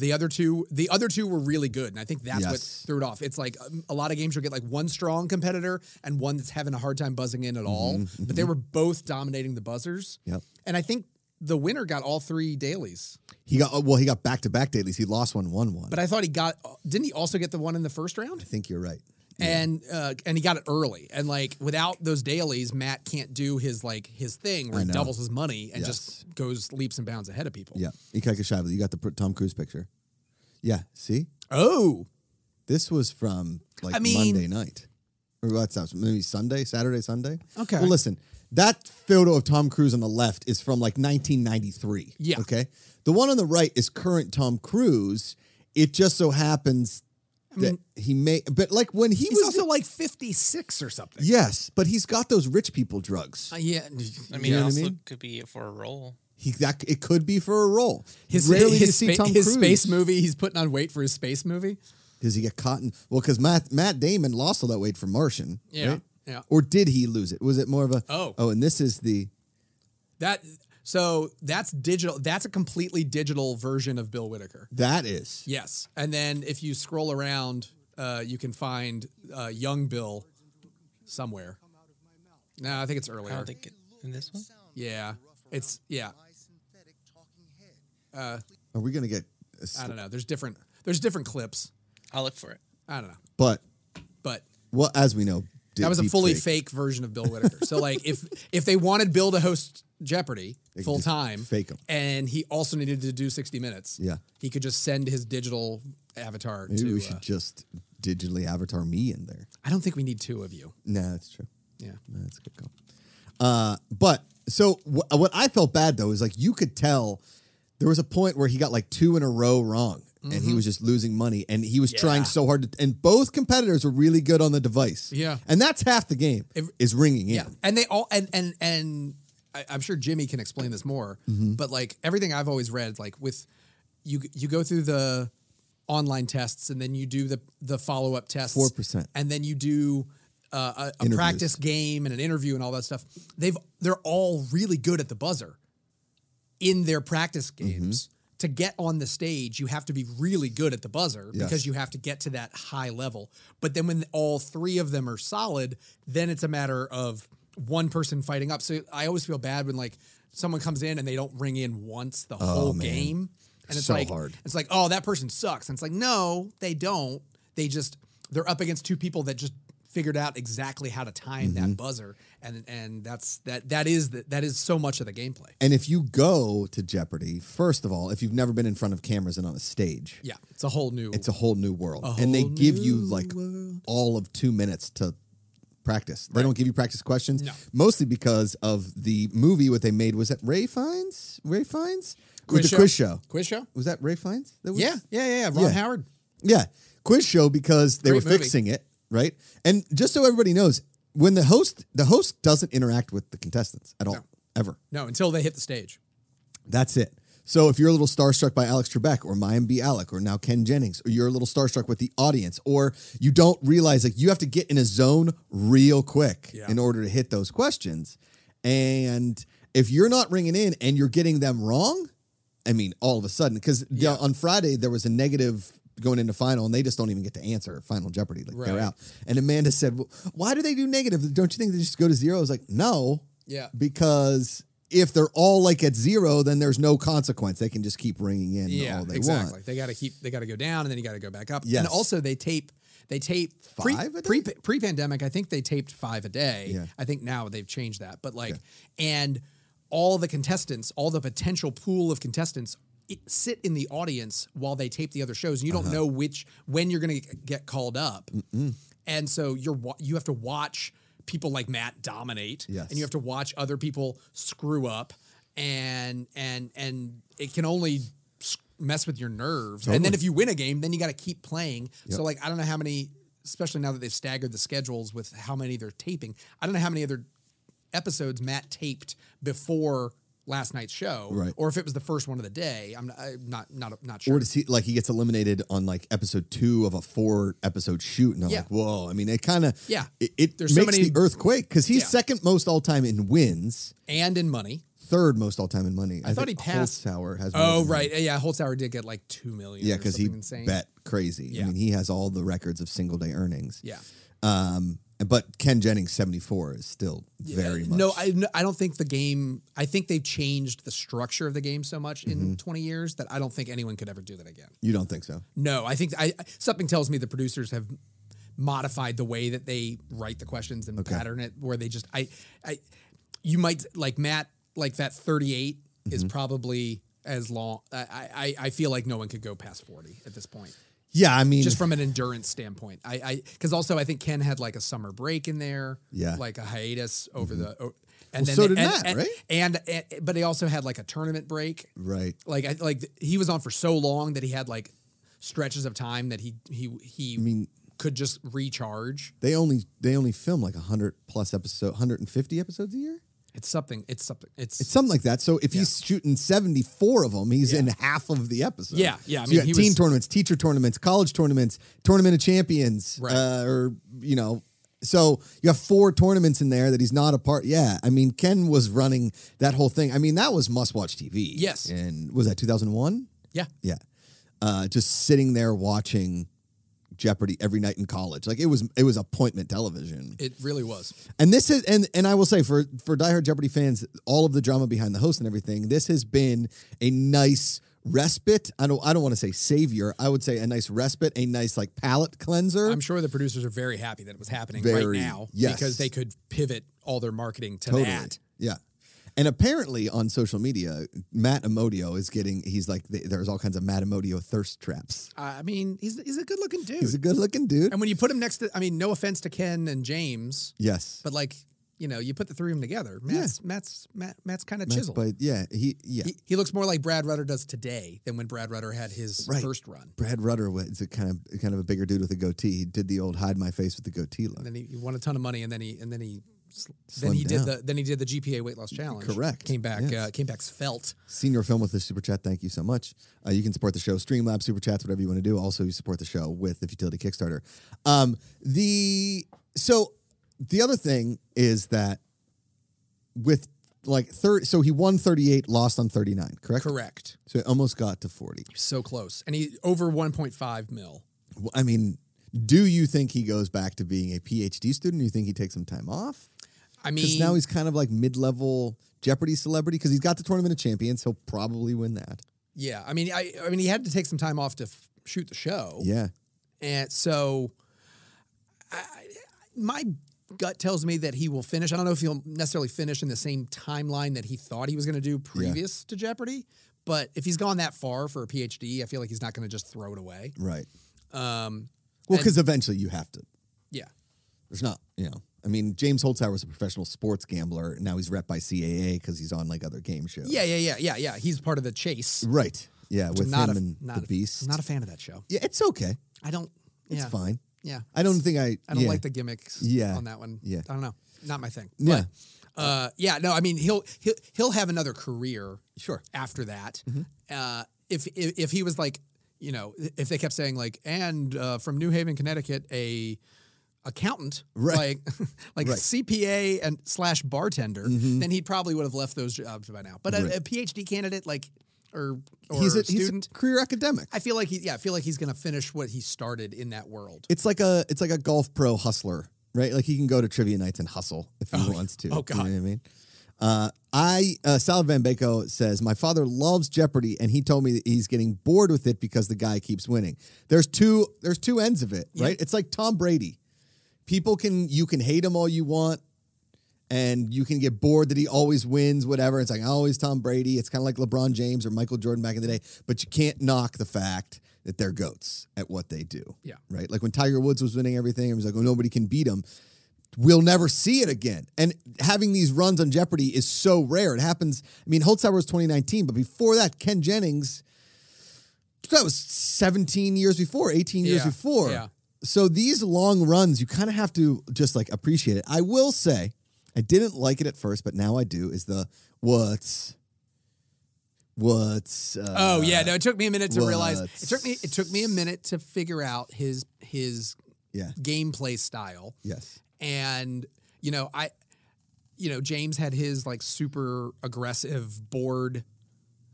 [SPEAKER 2] the other two the other two were really good and i think that's what
[SPEAKER 1] Yes.
[SPEAKER 2] threw it off it's like um, a lot of games you'll get like one strong competitor and one that's having a hard time buzzing in at all but they were both dominating the buzzers
[SPEAKER 1] Mm-hmm, Yep.
[SPEAKER 2] and i think the winner got all three dailies
[SPEAKER 1] He got oh, well. He got back to back dailies. He lost one, one, one.
[SPEAKER 2] but I thought he got didn't he also get the one in the first round?
[SPEAKER 1] I think you're right.
[SPEAKER 2] And uh, and he got it early. And like without those dailies, Matt can't do his like his thing where
[SPEAKER 1] I
[SPEAKER 2] he
[SPEAKER 1] know.
[SPEAKER 2] doubles his money and just goes leaps and bounds ahead of people.
[SPEAKER 1] Yeah. Ikaika Shively, you got the pr- Tom Cruise picture. Yeah. See.
[SPEAKER 2] Oh.
[SPEAKER 1] This was from like
[SPEAKER 2] I mean-
[SPEAKER 1] Monday night. Or what's that? Maybe Sunday, Saturday, Sunday.
[SPEAKER 2] Okay.
[SPEAKER 1] Well, listen, that photo of Tom Cruise on the left is from like 1993.
[SPEAKER 2] Yeah.
[SPEAKER 1] Okay. The one on the right is current Tom Cruise. It just so happens that he may, but like when he
[SPEAKER 2] He's
[SPEAKER 1] was.
[SPEAKER 2] also like 56 or something.
[SPEAKER 1] yes, but he's got those rich people drugs.
[SPEAKER 2] Uh, yeah.
[SPEAKER 3] I
[SPEAKER 1] You
[SPEAKER 3] mean,
[SPEAKER 1] know what
[SPEAKER 3] it
[SPEAKER 1] I
[SPEAKER 3] also
[SPEAKER 1] mean?
[SPEAKER 3] could be for a role.
[SPEAKER 1] He that it could be for a role.
[SPEAKER 2] His,
[SPEAKER 1] Rarely
[SPEAKER 2] his,
[SPEAKER 1] do you see
[SPEAKER 2] spa-
[SPEAKER 1] Tom
[SPEAKER 2] his
[SPEAKER 1] Cruise.
[SPEAKER 2] space movie, he's putting on weight for his space movie.
[SPEAKER 1] Does he get caught in? Well, because Matt Matt Damon lost all that weight for Martian.
[SPEAKER 2] Yeah.
[SPEAKER 1] right?
[SPEAKER 2] Yeah.
[SPEAKER 1] Or did he lose it? Was it more of a
[SPEAKER 2] Oh.
[SPEAKER 1] oh? And this is the
[SPEAKER 2] That so that's digital. That's a completely digital version of Bill Whitaker.
[SPEAKER 1] that is
[SPEAKER 2] Yes, and then if you scroll around, uh, you can find uh, young Bill somewhere. No, I think it's
[SPEAKER 3] I
[SPEAKER 2] earlier.
[SPEAKER 3] don't think it, in this one.
[SPEAKER 2] yeah, it's yeah.
[SPEAKER 1] are we gonna get? a s-
[SPEAKER 2] I don't know. There's different. There's different clips.
[SPEAKER 3] I'll look for it.
[SPEAKER 2] I don't know,
[SPEAKER 1] But
[SPEAKER 2] but
[SPEAKER 1] well, as we know,
[SPEAKER 2] that was a
[SPEAKER 1] deep
[SPEAKER 2] fully
[SPEAKER 1] fake-
[SPEAKER 2] fake. version of Bill Whitaker. so like, if if they wanted Bill to host Jeopardy
[SPEAKER 1] could
[SPEAKER 2] full
[SPEAKER 1] just
[SPEAKER 2] time,
[SPEAKER 1] fake him.
[SPEAKER 2] and he also needed to do 60 minutes.
[SPEAKER 1] Yeah.
[SPEAKER 2] he could just send his digital avatar
[SPEAKER 1] Maybe
[SPEAKER 2] to.
[SPEAKER 1] we
[SPEAKER 2] uh,
[SPEAKER 1] should just digitally avatar me in there.
[SPEAKER 2] I don't think we need two of you.
[SPEAKER 1] No, that's true.
[SPEAKER 2] Yeah.
[SPEAKER 1] That's a good call. Uh, but so wh- what I felt bad though is like you could tell there was a point where he got like two in a row wrong and he was just losing money and he was trying
[SPEAKER 2] Mm-hmm. Yeah.
[SPEAKER 1] so hard to, and both competitors were really good on the device.
[SPEAKER 2] Yeah.
[SPEAKER 1] And that's half the game
[SPEAKER 2] If-
[SPEAKER 1] is ringing in.
[SPEAKER 2] Yeah, and they all and and and I, I'm sure Jimmy can explain this more. But like everything I've always read, like with you, you go through the online tests and then you do the the follow up tests,
[SPEAKER 1] 4%.
[SPEAKER 2] and then you do uh, a, a
[SPEAKER 1] Interviews.
[SPEAKER 2] practice game and an interview and all that stuff. They've they're all really good at the buzzer in their practice
[SPEAKER 1] Mm-hmm.
[SPEAKER 2] games. To get on the stage, you have to be really good at the buzzer
[SPEAKER 1] Yes.
[SPEAKER 2] because you have to get to that high level. But then when all three of them are solid, then it's a matter of one person fighting up. So I always feel bad when like someone comes in and they don't ring in once the whole
[SPEAKER 1] Oh, man.
[SPEAKER 2] game. And it's
[SPEAKER 1] So
[SPEAKER 2] like
[SPEAKER 1] hard.
[SPEAKER 2] it's like, oh, that person sucks. And it's like, no, they don't. They just they're up against two people that just figured out exactly how to time
[SPEAKER 1] Mm-hmm.
[SPEAKER 2] that buzzer. And and that's that that is the, that is so much of the gameplay.
[SPEAKER 1] And if you go to Jeopardy, first of all, if you've never been in front of cameras and on a stage,
[SPEAKER 2] Yeah. It's a whole new
[SPEAKER 1] it's a whole new world. and they
[SPEAKER 2] whole
[SPEAKER 1] give you
[SPEAKER 2] new
[SPEAKER 1] like all of two minutes to practice. They don't give you practice questions.
[SPEAKER 2] No.
[SPEAKER 1] Mostly because of the movie what they made was that Ray Fiennes? Ray Fiennes? With the quiz show.
[SPEAKER 2] Quiz show?
[SPEAKER 1] Was that Ray Fiennes? That was-
[SPEAKER 2] Yeah, yeah, yeah, yeah. Ron
[SPEAKER 1] Yeah.
[SPEAKER 2] Howard.
[SPEAKER 1] Yeah. Quiz show because they
[SPEAKER 2] Great
[SPEAKER 1] were
[SPEAKER 2] movie.
[SPEAKER 1] fixing it, right? And just so everybody knows, when the host the host doesn't interact with the contestants at all. Ever.
[SPEAKER 2] No, until they hit the stage.
[SPEAKER 1] That's it. So if you're a little starstruck by Alex Trebek or Mayim B. Alec or now Ken Jennings, or you're a little starstruck with the audience, or you don't realize like you have to get in a zone real quick
[SPEAKER 2] Yeah.
[SPEAKER 1] in order to hit those questions. And if you're not ringing in and you're getting them wrong, I mean, all of a sudden, because
[SPEAKER 2] Yeah.
[SPEAKER 1] on Friday there was a negative going into final and they just don't even get to answer final Jeopardy. Like they're
[SPEAKER 2] Right.
[SPEAKER 1] out. And Amanda said, well, why do they do negative? Don't you think they just go to zero? I was like, no,
[SPEAKER 2] Yeah.
[SPEAKER 1] because if they're all like at zero, then there's no consequence. They can just keep ringing in
[SPEAKER 2] Yeah,
[SPEAKER 1] all they
[SPEAKER 2] exactly.
[SPEAKER 1] want.
[SPEAKER 2] They got to keep. They got to go down, and then you got to go back up.
[SPEAKER 1] Yes.
[SPEAKER 2] And also, they tape. They tape
[SPEAKER 1] Five a day?
[SPEAKER 2] pre, pre pre pandemic. I think they taped five a day.
[SPEAKER 1] Yeah.
[SPEAKER 2] I think now they've changed that. But like, and all the contestants, all the potential pool of contestants. i- sit in the audience while they tape the other shows and you
[SPEAKER 1] Uh-huh.
[SPEAKER 2] don't know which when you're going to get called up and so you're wa- you have to watch people like matt dominate
[SPEAKER 1] Yes.
[SPEAKER 2] and you have to watch other people screw up and and and it can only s- mess with your nerves and then if you win a game then you got to keep playing so like i don't know how many especially now that they've staggered the schedules with how many they're taping i don't know how many other episodes matt taped before last night's show
[SPEAKER 1] Right.
[SPEAKER 2] or if it was the first one of the day i'm, I'm not not not sure
[SPEAKER 1] Or does he like he gets eliminated on like episode two of a four episode shoot? And I'm
[SPEAKER 2] Yeah.
[SPEAKER 1] like, whoa. I mean, it kind of
[SPEAKER 2] Yeah.
[SPEAKER 1] It, it
[SPEAKER 2] There's so
[SPEAKER 1] makes
[SPEAKER 2] many-
[SPEAKER 1] the earthquake because he's
[SPEAKER 2] Yeah.
[SPEAKER 1] second most all time in wins,
[SPEAKER 2] and in money
[SPEAKER 1] third most all time in money. I,
[SPEAKER 2] thought
[SPEAKER 1] think
[SPEAKER 2] he passed-
[SPEAKER 1] Holzhauer has. more
[SPEAKER 2] oh
[SPEAKER 1] than
[SPEAKER 2] right yeah holzhauer did get like two million
[SPEAKER 1] Yeah,
[SPEAKER 2] or
[SPEAKER 1] because he
[SPEAKER 2] something insane.
[SPEAKER 1] bet crazy. I
[SPEAKER 2] Yeah.
[SPEAKER 1] mean, he has all the records of single day earnings.
[SPEAKER 2] yeah
[SPEAKER 1] Um, but Ken Jennings, 74, is still very much.
[SPEAKER 2] No, I no, I don't think the game. I think they've changed the structure of the game so much
[SPEAKER 1] Mm-hmm.
[SPEAKER 2] in 20 years that I don't think anyone could ever do that again.
[SPEAKER 1] You don't think so?
[SPEAKER 2] No, I think I I- something tells me the producers have modified the way that they write the questions and pattern it where they just I I you might like Matt like that 38
[SPEAKER 1] Mm-hmm.
[SPEAKER 2] is probably as long I, I I feel like no one could go past 40 at this point
[SPEAKER 1] Yeah, I mean,
[SPEAKER 2] just from an endurance standpoint. I, I, because also I think Ken had like a summer break in there,
[SPEAKER 1] Yeah. Mm-hmm.
[SPEAKER 2] like a hiatus over the, o-
[SPEAKER 1] Well,
[SPEAKER 2] and
[SPEAKER 1] so
[SPEAKER 2] they-
[SPEAKER 1] did
[SPEAKER 2] and-
[SPEAKER 1] Matt,
[SPEAKER 2] and-
[SPEAKER 1] right?
[SPEAKER 2] And, and but they also had like a tournament break,
[SPEAKER 1] right.
[SPEAKER 2] like I, like he was on for so long that he had like stretches of time that he he he
[SPEAKER 1] I mean,
[SPEAKER 2] could just recharge.
[SPEAKER 1] they only they only film like 100 plus episode 150 episodes a year.
[SPEAKER 2] It's something. It's something. It's,
[SPEAKER 1] It's something like that. So if he's shooting 74 of them, he's in half of the episode.
[SPEAKER 2] Yeah, yeah, I
[SPEAKER 1] so you
[SPEAKER 2] mean,
[SPEAKER 1] got
[SPEAKER 2] he
[SPEAKER 1] team
[SPEAKER 2] was-
[SPEAKER 1] tournaments, teacher tournaments, college tournaments, tournament of champions,
[SPEAKER 2] Right.
[SPEAKER 1] uh, or, you know, so you have four tournaments in there that he's not a part. Yeah. I mean, Ken was running that whole thing. I mean, that was must watch TV.
[SPEAKER 2] Yes.
[SPEAKER 1] And was that 2001?
[SPEAKER 2] yeah.
[SPEAKER 1] Yeah. Uh, just sitting there watching Jeopardy every night in college. Like it was, it was appointment television.
[SPEAKER 2] It really was.
[SPEAKER 1] And this is and and I will say for for diehard Jeopardy fans, all of the drama behind the host and everything, this has been a nice respite. I don't I don't want to say savior. I would say a nice respite, a nice like palate cleanser.
[SPEAKER 2] I'm sure the producers are very happy that it was happening
[SPEAKER 1] Very,
[SPEAKER 2] right now
[SPEAKER 1] yes.
[SPEAKER 2] because they could pivot all their marketing to that.
[SPEAKER 1] Yeah. And apparently on social media, Matt Emodio is getting he's like th- there's all kinds of Matt Emodio thirst traps.
[SPEAKER 2] I mean, he's he's a good looking dude.
[SPEAKER 1] He's a good looking dude.
[SPEAKER 2] and when you put him next to, I mean, no offense to Ken and James,
[SPEAKER 1] Yes.
[SPEAKER 2] but like, you know, you put the three of them together, Matt's Matt's Matt, Matt's kind of chiseled.
[SPEAKER 1] But yeah, he yeah.
[SPEAKER 2] he, he looks more like Brad Rutter does today than when Brad Rutter had his
[SPEAKER 1] Right.
[SPEAKER 2] first run.
[SPEAKER 1] Brad Rutter was a kind of kind of a bigger dude with a goatee. He did the old hide my face with the goatee look.
[SPEAKER 2] And then he, he won a ton of money, and then he and then he sl- then he
[SPEAKER 1] down.
[SPEAKER 2] did the then he did the GPA weight loss challenge.
[SPEAKER 1] Correct.
[SPEAKER 2] Came back.
[SPEAKER 1] Yes.
[SPEAKER 2] Uh, came back. Felt.
[SPEAKER 1] Senior Film with the super chat. Thank you so much. Uh, you can support the show, Streamlabs, super chats, whatever you want to do. Also, you support the show with the Futility Kickstarter. Um, the so the other thing is that with like third, so he won thirty eight, lost on thirty nine, correct?
[SPEAKER 2] Correct.
[SPEAKER 1] So he almost got to forty.
[SPEAKER 2] So close. And he over 1.5 mil.
[SPEAKER 1] Well, I mean, do you think he goes back to being a PhD student? Do you think he takes some time off?
[SPEAKER 2] I
[SPEAKER 1] Because
[SPEAKER 2] mean,
[SPEAKER 1] now he's kind of like mid level Jeopardy celebrity because he's got the Tournament of Champions. He'll probably win that.
[SPEAKER 2] yeah. I mean, I I mean, he had to take some time off to f- shoot the show.
[SPEAKER 1] Yeah.
[SPEAKER 2] And so I, I, my gut tells me that he will finish. I don't know if he'll necessarily finish in the same timeline that he thought he was going to do previous to Jeopardy, but if he's gone that far for a PhD, I feel like he's not going to just throw it away.
[SPEAKER 1] Right.
[SPEAKER 2] Um,
[SPEAKER 1] Well,
[SPEAKER 2] And-
[SPEAKER 1] because eventually you have to.
[SPEAKER 2] yeah.
[SPEAKER 1] There's not, you know. I mean, James Holzhauer was a professional sports gambler. Now he's rep by CAA because he's on like other game shows.
[SPEAKER 2] Yeah, yeah, yeah, yeah, yeah. He's part of the chase.
[SPEAKER 1] Right. Yeah.
[SPEAKER 2] I'm
[SPEAKER 1] with
[SPEAKER 2] not
[SPEAKER 1] him
[SPEAKER 2] a,
[SPEAKER 1] and
[SPEAKER 2] not
[SPEAKER 1] the
[SPEAKER 2] a,
[SPEAKER 1] Beast.
[SPEAKER 2] Not a fan of that show.
[SPEAKER 1] yeah, it's okay.
[SPEAKER 2] I don't.
[SPEAKER 1] It's
[SPEAKER 2] yeah,
[SPEAKER 1] fine.
[SPEAKER 2] Yeah.
[SPEAKER 1] I don't think I.
[SPEAKER 2] I don't
[SPEAKER 1] yeah.
[SPEAKER 2] like the gimmicks
[SPEAKER 1] Yeah.
[SPEAKER 2] on that one.
[SPEAKER 1] Yeah.
[SPEAKER 2] I don't know. Not my thing.
[SPEAKER 1] Yeah.
[SPEAKER 2] But, uh, yeah, no, I mean he'll he'll he'll have another career
[SPEAKER 1] Sure. Mm-hmm.
[SPEAKER 2] after that. Uh, if, if if he was like, you know, if they kept saying like and uh, from New Haven, Connecticut, a accountant
[SPEAKER 1] Right.
[SPEAKER 2] like like
[SPEAKER 1] Right. Mm-hmm.
[SPEAKER 2] CPA and slash bartender, then he probably would have left those jobs by now. But
[SPEAKER 1] Right.
[SPEAKER 2] a, a PhD candidate like or or
[SPEAKER 1] He's a, he's a
[SPEAKER 2] student,
[SPEAKER 1] career academic.
[SPEAKER 2] I feel like he yeah, I feel like he's gonna finish what he started in that world.
[SPEAKER 1] it's like a it's like a golf pro hustler, right? Like he can go to trivia nights and hustle if he wants to.
[SPEAKER 2] Oh,
[SPEAKER 1] you know
[SPEAKER 2] God.
[SPEAKER 1] what I mean. Uh, I uh, Sal Van Bako says my father loves Jeopardy, and he told me that he's getting bored with it because the guy keeps winning. There's two there's two ends of it, right? It's like Tom Brady. People can you can hate him all you want, and you can get bored that he always wins, whatever. It's like always Tom Brady. It's kind of like LeBron James or Michael Jordan back in the day, but you can't knock the fact that they're goats at what they do.
[SPEAKER 2] Yeah.
[SPEAKER 1] Right. Like when Tiger Woods was winning everything, it was like, oh, nobody can beat him. We'll never see it again. And having these runs on Jeopardy is so rare. It happens. I mean, Holtzhauer was 2019, but before that, Ken Jennings, that was 17 years before, 18 years
[SPEAKER 2] Yeah.
[SPEAKER 1] before.
[SPEAKER 2] Yeah.
[SPEAKER 1] So these long runs, you kind of have to just like appreciate it. I will say, I didn't like it at first, but now I do. Is the what's what's uh,
[SPEAKER 2] Oh yeah, no, it took me a minute to realize.
[SPEAKER 1] what's-
[SPEAKER 2] It took me it took me a minute to figure out his his
[SPEAKER 1] yeah
[SPEAKER 2] gameplay style,
[SPEAKER 1] yes
[SPEAKER 2] and you know I, you know James had his like super aggressive board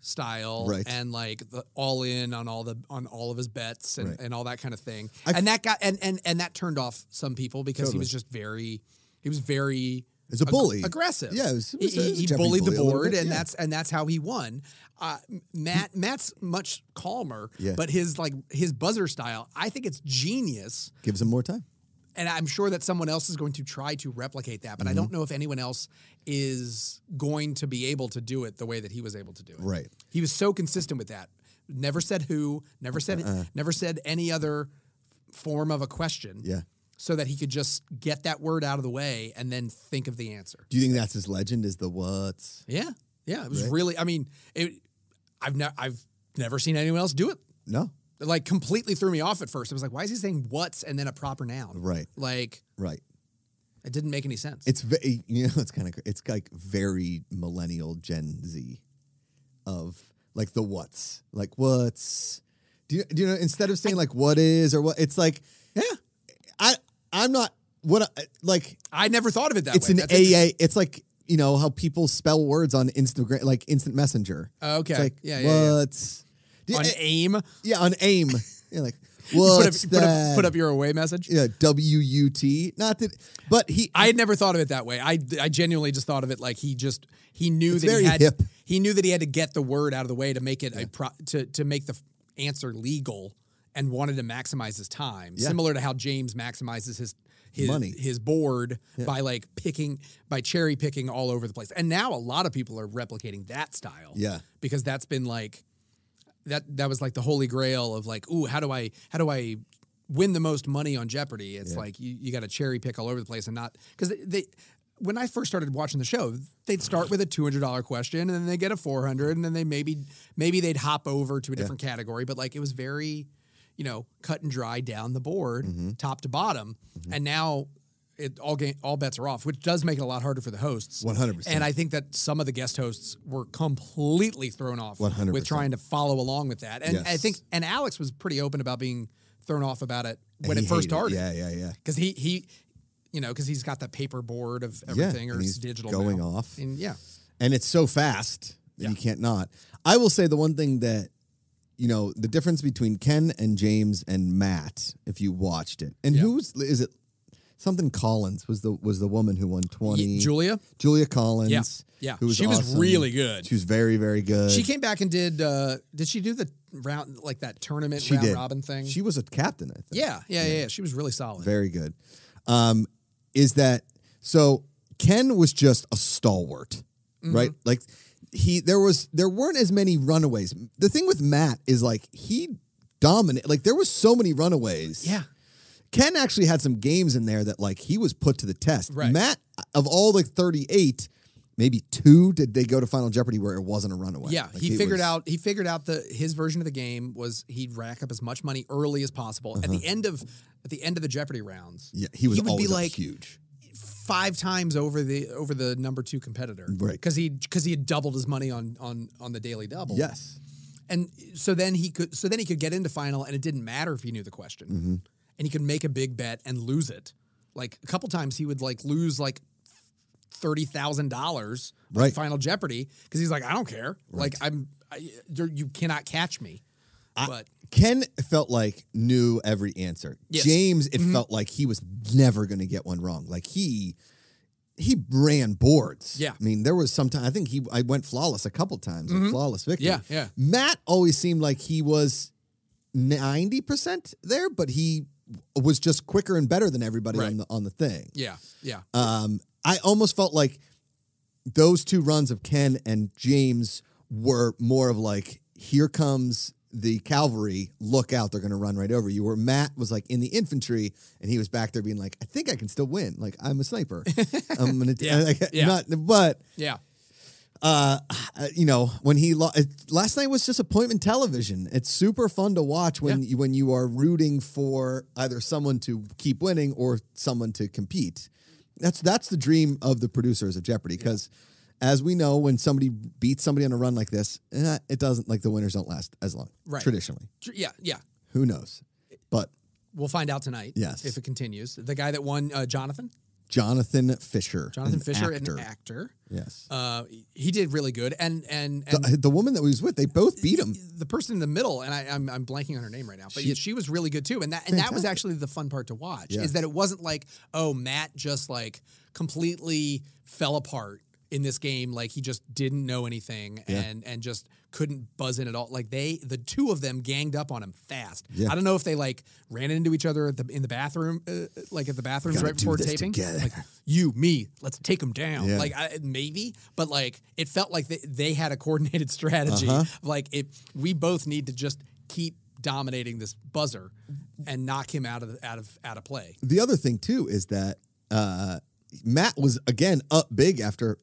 [SPEAKER 2] style
[SPEAKER 1] Right.
[SPEAKER 2] and like the all in on all the on all of his bets and,
[SPEAKER 1] Right.
[SPEAKER 2] and all that kind of thing
[SPEAKER 1] I f-
[SPEAKER 2] and that got and, and and that turned off some people because
[SPEAKER 1] Totally.
[SPEAKER 2] he was just very he was very
[SPEAKER 1] He's a
[SPEAKER 2] ag-
[SPEAKER 1] bully.
[SPEAKER 2] aggressive
[SPEAKER 1] Yeah, he was- he was-
[SPEAKER 2] he,
[SPEAKER 1] he was a
[SPEAKER 2] he
[SPEAKER 1] Jeopardy
[SPEAKER 2] bullied
[SPEAKER 1] bully
[SPEAKER 2] the
[SPEAKER 1] a little
[SPEAKER 2] board
[SPEAKER 1] bit,
[SPEAKER 2] and
[SPEAKER 1] yeah.
[SPEAKER 2] that's and that's how he won uh, M- Matt Matt's much calmer
[SPEAKER 1] Yeah.
[SPEAKER 2] but his like his buzzer style I think it's genius
[SPEAKER 1] gives him more time.
[SPEAKER 2] and I'm sure that someone else is going to try to replicate that, but I
[SPEAKER 1] Mm-hmm.
[SPEAKER 2] don't know if anyone else is going to be able to do it the way that he was able to do it.
[SPEAKER 1] Right.
[SPEAKER 2] He was so consistent with that. never said who, never said
[SPEAKER 1] Uh-uh.
[SPEAKER 2] never said any other form of a question.
[SPEAKER 1] Yeah.
[SPEAKER 2] So that he could just get that word out of the way and then think of the answer.
[SPEAKER 1] Do you think that's his legend? Is the what's?
[SPEAKER 2] Yeah. Yeah. It was
[SPEAKER 1] Right.
[SPEAKER 2] really I mean, it I've never I've never seen anyone else do it.
[SPEAKER 1] No.
[SPEAKER 2] It, Like completely threw me off at first. I was like, why is he saying what's and then a proper noun?
[SPEAKER 1] Right.
[SPEAKER 2] Like
[SPEAKER 1] Right.
[SPEAKER 2] it didn't make any sense.
[SPEAKER 1] It's very you know it's kind of it's like very millennial Gen Z, of like the what's like what's. Do you, do you know instead of saying like what is or what it's like
[SPEAKER 2] yeah.
[SPEAKER 1] I I'm not what I, like
[SPEAKER 2] I never thought of it that
[SPEAKER 1] it's
[SPEAKER 2] way.
[SPEAKER 1] an
[SPEAKER 2] That's interesting.
[SPEAKER 1] AA it's like you know how people spell words on Instagram like instant messenger.
[SPEAKER 2] Oh, okay.
[SPEAKER 1] It's like
[SPEAKER 2] yeah, yeah, yeah.
[SPEAKER 1] what's Do you- eh,
[SPEAKER 2] On aim.
[SPEAKER 1] Yeah, on AIM. You're like,
[SPEAKER 2] You put up,
[SPEAKER 1] what's
[SPEAKER 2] you put,
[SPEAKER 1] that?
[SPEAKER 2] up, put up your away message.
[SPEAKER 1] yeah, W U T. Not that, but he.
[SPEAKER 2] I had never thought of it that way. I, I genuinely just thought of it like he just he knew
[SPEAKER 1] It's
[SPEAKER 2] that
[SPEAKER 1] very
[SPEAKER 2] he had
[SPEAKER 1] hip.
[SPEAKER 2] he knew that he had to get the word out of the way to make it a pro, to to make the f- answer legal and wanted to maximize his time.
[SPEAKER 1] Yeah.
[SPEAKER 2] Similar to how James maximizes his his
[SPEAKER 1] Money.
[SPEAKER 2] his board by like picking by cherry picking all over the place. And now a lot of people are replicating that style.
[SPEAKER 1] Yeah.
[SPEAKER 2] Because that's been like that that was like the holy grail of like, ooh, how do I how do I win the most money on Jeopardy? It's like you, you got to cherry pick all over the place and not because they, they when I first started watching the show, they'd start with a two hundred dollar question and then they get a four hundred and then they maybe maybe they'd hop over to a different category, but like it was very you know cut and dry down the board, top to bottom, and now. It all game, all bets are off, which does make it a lot harder for the hosts.
[SPEAKER 1] 100%.
[SPEAKER 2] And I think that some of the guest hosts were completely thrown off
[SPEAKER 1] 100%.
[SPEAKER 2] with trying to follow along with that. And I
[SPEAKER 1] Yes.
[SPEAKER 2] think and Alex was pretty open about being thrown off about it when
[SPEAKER 1] he
[SPEAKER 2] it first
[SPEAKER 1] hated
[SPEAKER 2] started.
[SPEAKER 1] Yeah, yeah, yeah.
[SPEAKER 2] Cuz he he you know, cuz he's got the paper board of
[SPEAKER 1] Yeah.
[SPEAKER 2] everything or
[SPEAKER 1] and
[SPEAKER 2] it's
[SPEAKER 1] he's
[SPEAKER 2] digital
[SPEAKER 1] going
[SPEAKER 2] now.
[SPEAKER 1] off,
[SPEAKER 2] And yeah.
[SPEAKER 1] and it's so fast that you can't not. I will say the one thing that you know the difference between Ken and James and Matt, if you watched it, and
[SPEAKER 2] Yeah.
[SPEAKER 1] who's is it? Something Collins was the was the woman who won twenty.
[SPEAKER 2] Ye- Julia,
[SPEAKER 1] Julia Collins.
[SPEAKER 2] Yeah, yeah.
[SPEAKER 1] who
[SPEAKER 2] She was
[SPEAKER 1] awesome.
[SPEAKER 2] really good.
[SPEAKER 1] She was very very good.
[SPEAKER 2] she came back and did uh did she do the round like that tournament
[SPEAKER 1] She
[SPEAKER 2] round
[SPEAKER 1] did.
[SPEAKER 2] robin thing?
[SPEAKER 1] She was a captain, I think.
[SPEAKER 2] yeah, yeah, yeah, yeah. She was really solid.
[SPEAKER 1] Very good. Um, is that so? Ken was just a stalwart,
[SPEAKER 2] Mm-hmm.
[SPEAKER 1] right? Like he there was there weren't as many runaways. The thing with Matt is like he dominated. Like there was so many runaways.
[SPEAKER 2] yeah.
[SPEAKER 1] Ken actually had some games in there that like he was put to the test.
[SPEAKER 2] Right.
[SPEAKER 1] Matt of all like thirty eight. Maybe two did they go to Final Jeopardy where it wasn't a runaway?
[SPEAKER 2] Yeah,
[SPEAKER 1] Like,
[SPEAKER 2] he
[SPEAKER 1] it
[SPEAKER 2] figured
[SPEAKER 1] was-
[SPEAKER 2] out he figured out the his version of the game was he'd rack up as much money early as possible. At the end of at the end of the Jeopardy rounds,
[SPEAKER 1] Uh-huh. Yeah, he was
[SPEAKER 2] he would
[SPEAKER 1] always
[SPEAKER 2] be
[SPEAKER 1] up
[SPEAKER 2] like
[SPEAKER 1] huge.
[SPEAKER 2] five times over the over the number two competitor,
[SPEAKER 1] Right.
[SPEAKER 2] Because he because he had doubled his money on on on the daily double.
[SPEAKER 1] Yes,
[SPEAKER 2] and so then he could so then he could get into final, and it didn't matter if he knew the question,
[SPEAKER 1] Mm-hmm.
[SPEAKER 2] and he could make a big bet and lose it. Like a couple times, he would like lose like. Thirty thousand dollars,
[SPEAKER 1] Right.
[SPEAKER 2] Final Jeopardy, because he's like, I don't care, like I'm, I, there- you cannot catch me. but
[SPEAKER 1] Ken felt like knew every answer.
[SPEAKER 2] Yes. Mm-hmm.
[SPEAKER 1] James, it felt like he was never going to get one wrong. Like he he ran boards.
[SPEAKER 2] Yeah. Mm-hmm.
[SPEAKER 1] I mean, there was some time I think he I went flawless a couple times, like flawless victory.
[SPEAKER 2] Yeah, yeah.
[SPEAKER 1] Matt always seemed like he was 90% there, but he was just quicker and better than everybody
[SPEAKER 2] Right.
[SPEAKER 1] on the on the thing.
[SPEAKER 2] yeah, yeah,
[SPEAKER 1] Um, I almost felt like those two runs of Ken and James were more of like, here comes the cavalry, look out, they're going to run right over you. Where Matt was like in the infantry and he was back there being like, I think I can still win. Like, I'm a sniper. I'm going to,
[SPEAKER 2] Yeah, yeah.
[SPEAKER 1] not, but,
[SPEAKER 2] yeah.
[SPEAKER 1] uh, uh, you know, when he, lo- it, last night was just appointment television. It's super fun to watch when, you, when you are rooting for either someone to keep winning or someone to compete. That's, that's the dream of the producers of Jeopardy. Cause as we know, when somebody beats somebody on a run like this, eh, it doesn't like the winners don't last as long
[SPEAKER 2] Right.
[SPEAKER 1] traditionally,
[SPEAKER 2] Tr- Yeah, yeah.
[SPEAKER 1] who knows? But
[SPEAKER 2] We'll find out tonight.
[SPEAKER 1] Yes.
[SPEAKER 2] If it continues. The guy that won, uh, Jonathan.
[SPEAKER 1] Jonathan Fisher,
[SPEAKER 2] Jonathan
[SPEAKER 1] an
[SPEAKER 2] Fisher,
[SPEAKER 1] actor.
[SPEAKER 2] an actor.
[SPEAKER 1] yes.
[SPEAKER 2] Uh, he did really good. And and, and
[SPEAKER 1] the, the woman that we was with, they both beat him.
[SPEAKER 2] the person in the middle, and I, I'm, I'm blanking on her name right now, but
[SPEAKER 1] She-
[SPEAKER 2] yeah, she was really good too. And that and that was
[SPEAKER 1] Fantastic.
[SPEAKER 2] actually the fun part to watch
[SPEAKER 1] Yeah.
[SPEAKER 2] is that it wasn't like, oh, Matt just like completely fell apart in this game like he just didn't know anything
[SPEAKER 1] Yeah.
[SPEAKER 2] and and just couldn't buzz in at all like they the two of them ganged up on him fast
[SPEAKER 1] Yeah.
[SPEAKER 2] i don't know if they like ran into each other at the, in the bathroom uh, like at the bathrooms
[SPEAKER 1] Gotta
[SPEAKER 2] right
[SPEAKER 1] do
[SPEAKER 2] before
[SPEAKER 1] this
[SPEAKER 2] taping
[SPEAKER 1] together.
[SPEAKER 2] like you me let's take him down
[SPEAKER 1] Yeah.
[SPEAKER 2] like I, maybe but like it felt like they, they had a coordinated strategy
[SPEAKER 1] Uh-huh.
[SPEAKER 2] like it we both need to just keep dominating this buzzer and knock him out of the- out of out of play
[SPEAKER 1] The other thing too is that uh, Matt was again up big after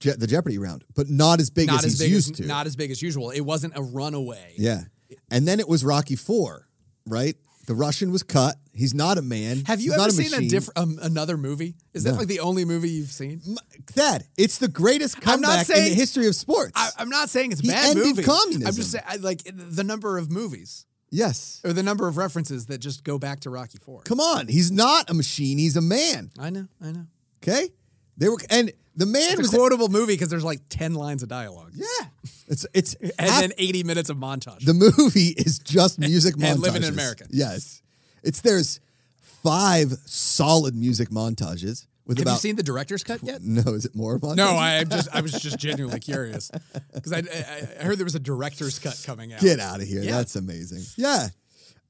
[SPEAKER 1] Je- the Jeopardy round, but not as big
[SPEAKER 2] not
[SPEAKER 1] as,
[SPEAKER 2] as
[SPEAKER 1] he's
[SPEAKER 2] big
[SPEAKER 1] used
[SPEAKER 2] as,
[SPEAKER 1] to.
[SPEAKER 2] not as big as usual. It wasn't a runaway.
[SPEAKER 1] yeah, and then it was Rocky Four, right? The Russian was cut. He's not a man.
[SPEAKER 2] Have you
[SPEAKER 1] He's
[SPEAKER 2] ever
[SPEAKER 1] not a
[SPEAKER 2] seen a
[SPEAKER 1] machine.
[SPEAKER 2] different um, another movie? Is that
[SPEAKER 1] No.
[SPEAKER 2] like the only movie you've seen?
[SPEAKER 1] M- Thad, it's the greatest
[SPEAKER 2] I'm
[SPEAKER 1] comeback
[SPEAKER 2] not
[SPEAKER 1] in
[SPEAKER 2] saying-
[SPEAKER 1] the history of sports.
[SPEAKER 2] I, I'm not saying it's a
[SPEAKER 1] He
[SPEAKER 2] bad
[SPEAKER 1] ended
[SPEAKER 2] movie.
[SPEAKER 1] communism.
[SPEAKER 2] I'm just saying I, like the number of movies
[SPEAKER 1] yes.
[SPEAKER 2] or the number of references that just go back to Rocky Four.
[SPEAKER 1] Come on, he's not a machine. He's a man.
[SPEAKER 2] I know, I know.
[SPEAKER 1] Okay, they were, and the man
[SPEAKER 2] It's
[SPEAKER 1] was
[SPEAKER 2] a quotable movie because there's like ten lines of dialogue.
[SPEAKER 1] yeah. It's it's
[SPEAKER 2] And then 80 minutes of montage.
[SPEAKER 1] The movie is just music montages.
[SPEAKER 2] And Living in America.
[SPEAKER 1] Yes. It's there's five solid music montages with
[SPEAKER 2] Have
[SPEAKER 1] about
[SPEAKER 2] you seen the director's cut yet?
[SPEAKER 1] No, is it more montages?
[SPEAKER 2] No, I I'm just I was just genuinely curious because I, I, I heard there was a director's cut coming out.
[SPEAKER 1] Get out of here.
[SPEAKER 2] Yeah.
[SPEAKER 1] That's amazing. Yeah.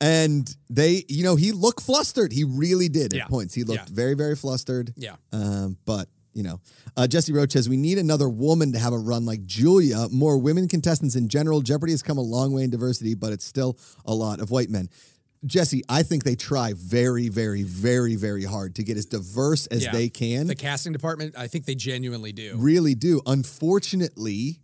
[SPEAKER 1] And they, you know, he looked flustered. He really did
[SPEAKER 2] Yeah.
[SPEAKER 1] at points. He looked
[SPEAKER 2] Yeah.
[SPEAKER 1] very, very flustered.
[SPEAKER 2] Yeah.
[SPEAKER 1] Um, but you know, uh, Jesse Roach says we need another woman to have a run like Julia. More women contestants in general. Jeopardy has come a long way in diversity, but it's still a lot of white men. Jesse, I think they try very, very, very, very hard to get as diverse as
[SPEAKER 2] Yeah.
[SPEAKER 1] they can.
[SPEAKER 2] The casting department, I think they genuinely do.
[SPEAKER 1] really do. Unfortunately,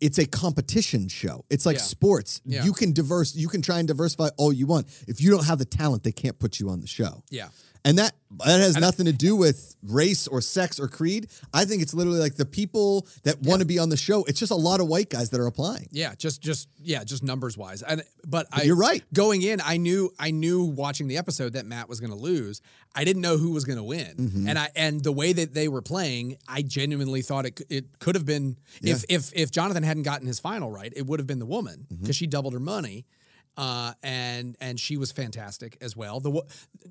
[SPEAKER 1] it's a competition show. It's like
[SPEAKER 2] Yeah.
[SPEAKER 1] sports.
[SPEAKER 2] Yeah.
[SPEAKER 1] You can diverse. You can try and diversify all you want. If you don't have the talent, they can't put you on the show.
[SPEAKER 2] Yeah.
[SPEAKER 1] And that that has nothing to do with race or sex or creed. I think it's literally like the people that want to be on the show. It's just a lot of white guys that are applying.
[SPEAKER 2] Yeah, just just yeah, just numbers wise. And but, I
[SPEAKER 1] you're right.
[SPEAKER 2] Going in, I knew I knew watching the episode that Matt was going to lose. I didn't know who was going to win.
[SPEAKER 1] Mm-hmm.
[SPEAKER 2] And I and the way that they were playing, I genuinely thought it c- it could have been if if if Jonathan hadn't gotten his final right, it would have been the woman
[SPEAKER 1] Mm-hmm.
[SPEAKER 2] because she doubled her money. Uh, and and she was fantastic as well. The wo-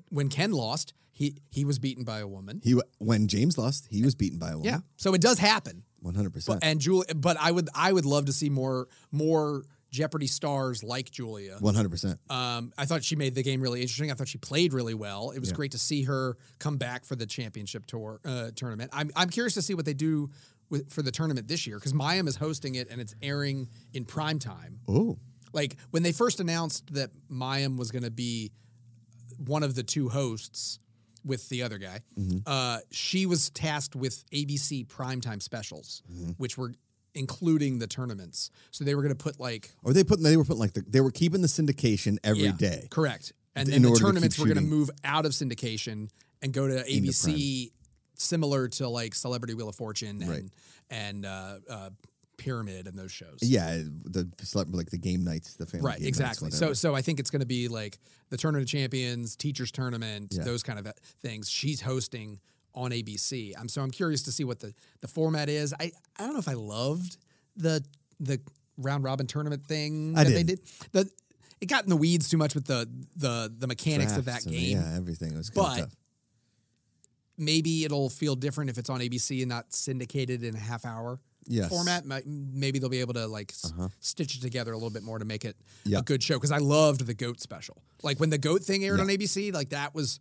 [SPEAKER 2] when Ken lost, he he was beaten by a woman.
[SPEAKER 1] He Mm-hmm. when James lost, he was beaten by a woman.
[SPEAKER 2] Yeah, so it does happen.
[SPEAKER 1] one hundred percent.
[SPEAKER 2] and Julia. But I would I would love to see more more Jeopardy stars like Julia.
[SPEAKER 1] One hundred percent.
[SPEAKER 2] Um, I thought she made the game really interesting. I thought she played really well. It was great to see her come back for the championship tour uh, tournament. I'm I'm curious to see what they do with, for the tournament this year because Mayim is hosting it and it's airing in prime time.
[SPEAKER 1] Oh,
[SPEAKER 2] Like when they first announced that Mayim was going to be one of the two hosts with the other guy, uh, she was tasked with ABC primetime specials, which were including the tournaments. So they were going to put like
[SPEAKER 1] or they put they were putting like the, they were keeping the syndication every
[SPEAKER 2] yeah,
[SPEAKER 1] day.
[SPEAKER 2] correct, and
[SPEAKER 1] In
[SPEAKER 2] then the
[SPEAKER 1] order to keep
[SPEAKER 2] tournaments were going to
[SPEAKER 1] shooting.
[SPEAKER 2] move out of syndication and go to ABC, similar to like Celebrity Wheel of Fortune and
[SPEAKER 1] Right.
[SPEAKER 2] and uh, uh, Pyramid and those shows.
[SPEAKER 1] Yeah, the like the game nights, the family
[SPEAKER 2] Right,
[SPEAKER 1] game nights,
[SPEAKER 2] exactly.
[SPEAKER 1] whatever.
[SPEAKER 2] So, so I think it's going to be like the Tournament of Champions, Teachers Tournament,
[SPEAKER 1] Yeah.
[SPEAKER 2] those kind of uh, things. She's hosting on ABC. I'm so I'm curious to see what the the format is. I I don't know if I loved the the round robin tournament thing
[SPEAKER 1] I
[SPEAKER 2] that they did.
[SPEAKER 1] didn't.
[SPEAKER 2] The it got in the weeds too much with the the the mechanics of that
[SPEAKER 1] Drafts and,
[SPEAKER 2] game.
[SPEAKER 1] yeah, everything was kinda
[SPEAKER 2] But-
[SPEAKER 1] tough.
[SPEAKER 2] Maybe it'll feel different if it's on ABC and not syndicated in a half hour.
[SPEAKER 1] Yes. Uh-huh.
[SPEAKER 2] Format Might- maybe they'll be able to like s- stitch it together a little bit more to make it
[SPEAKER 1] Yeah.
[SPEAKER 2] a good show because I loved the goat special. Like when the goat thing aired on ABC, like that was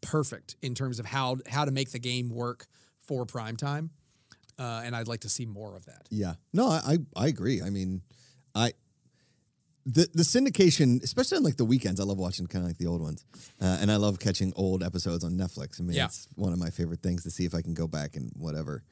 [SPEAKER 2] perfect in terms of how how to make the game work for prime time. Uh, and I'd like to see more of that.
[SPEAKER 1] Yeah, no, I, I I agree. I mean, I the the syndication, especially on like the weekends, I love watching kind of like the old ones, uh, and I love catching old episodes on Netflix. I mean,
[SPEAKER 2] Yeah.
[SPEAKER 1] it's one of my favorite things to see if I can go back and whatever.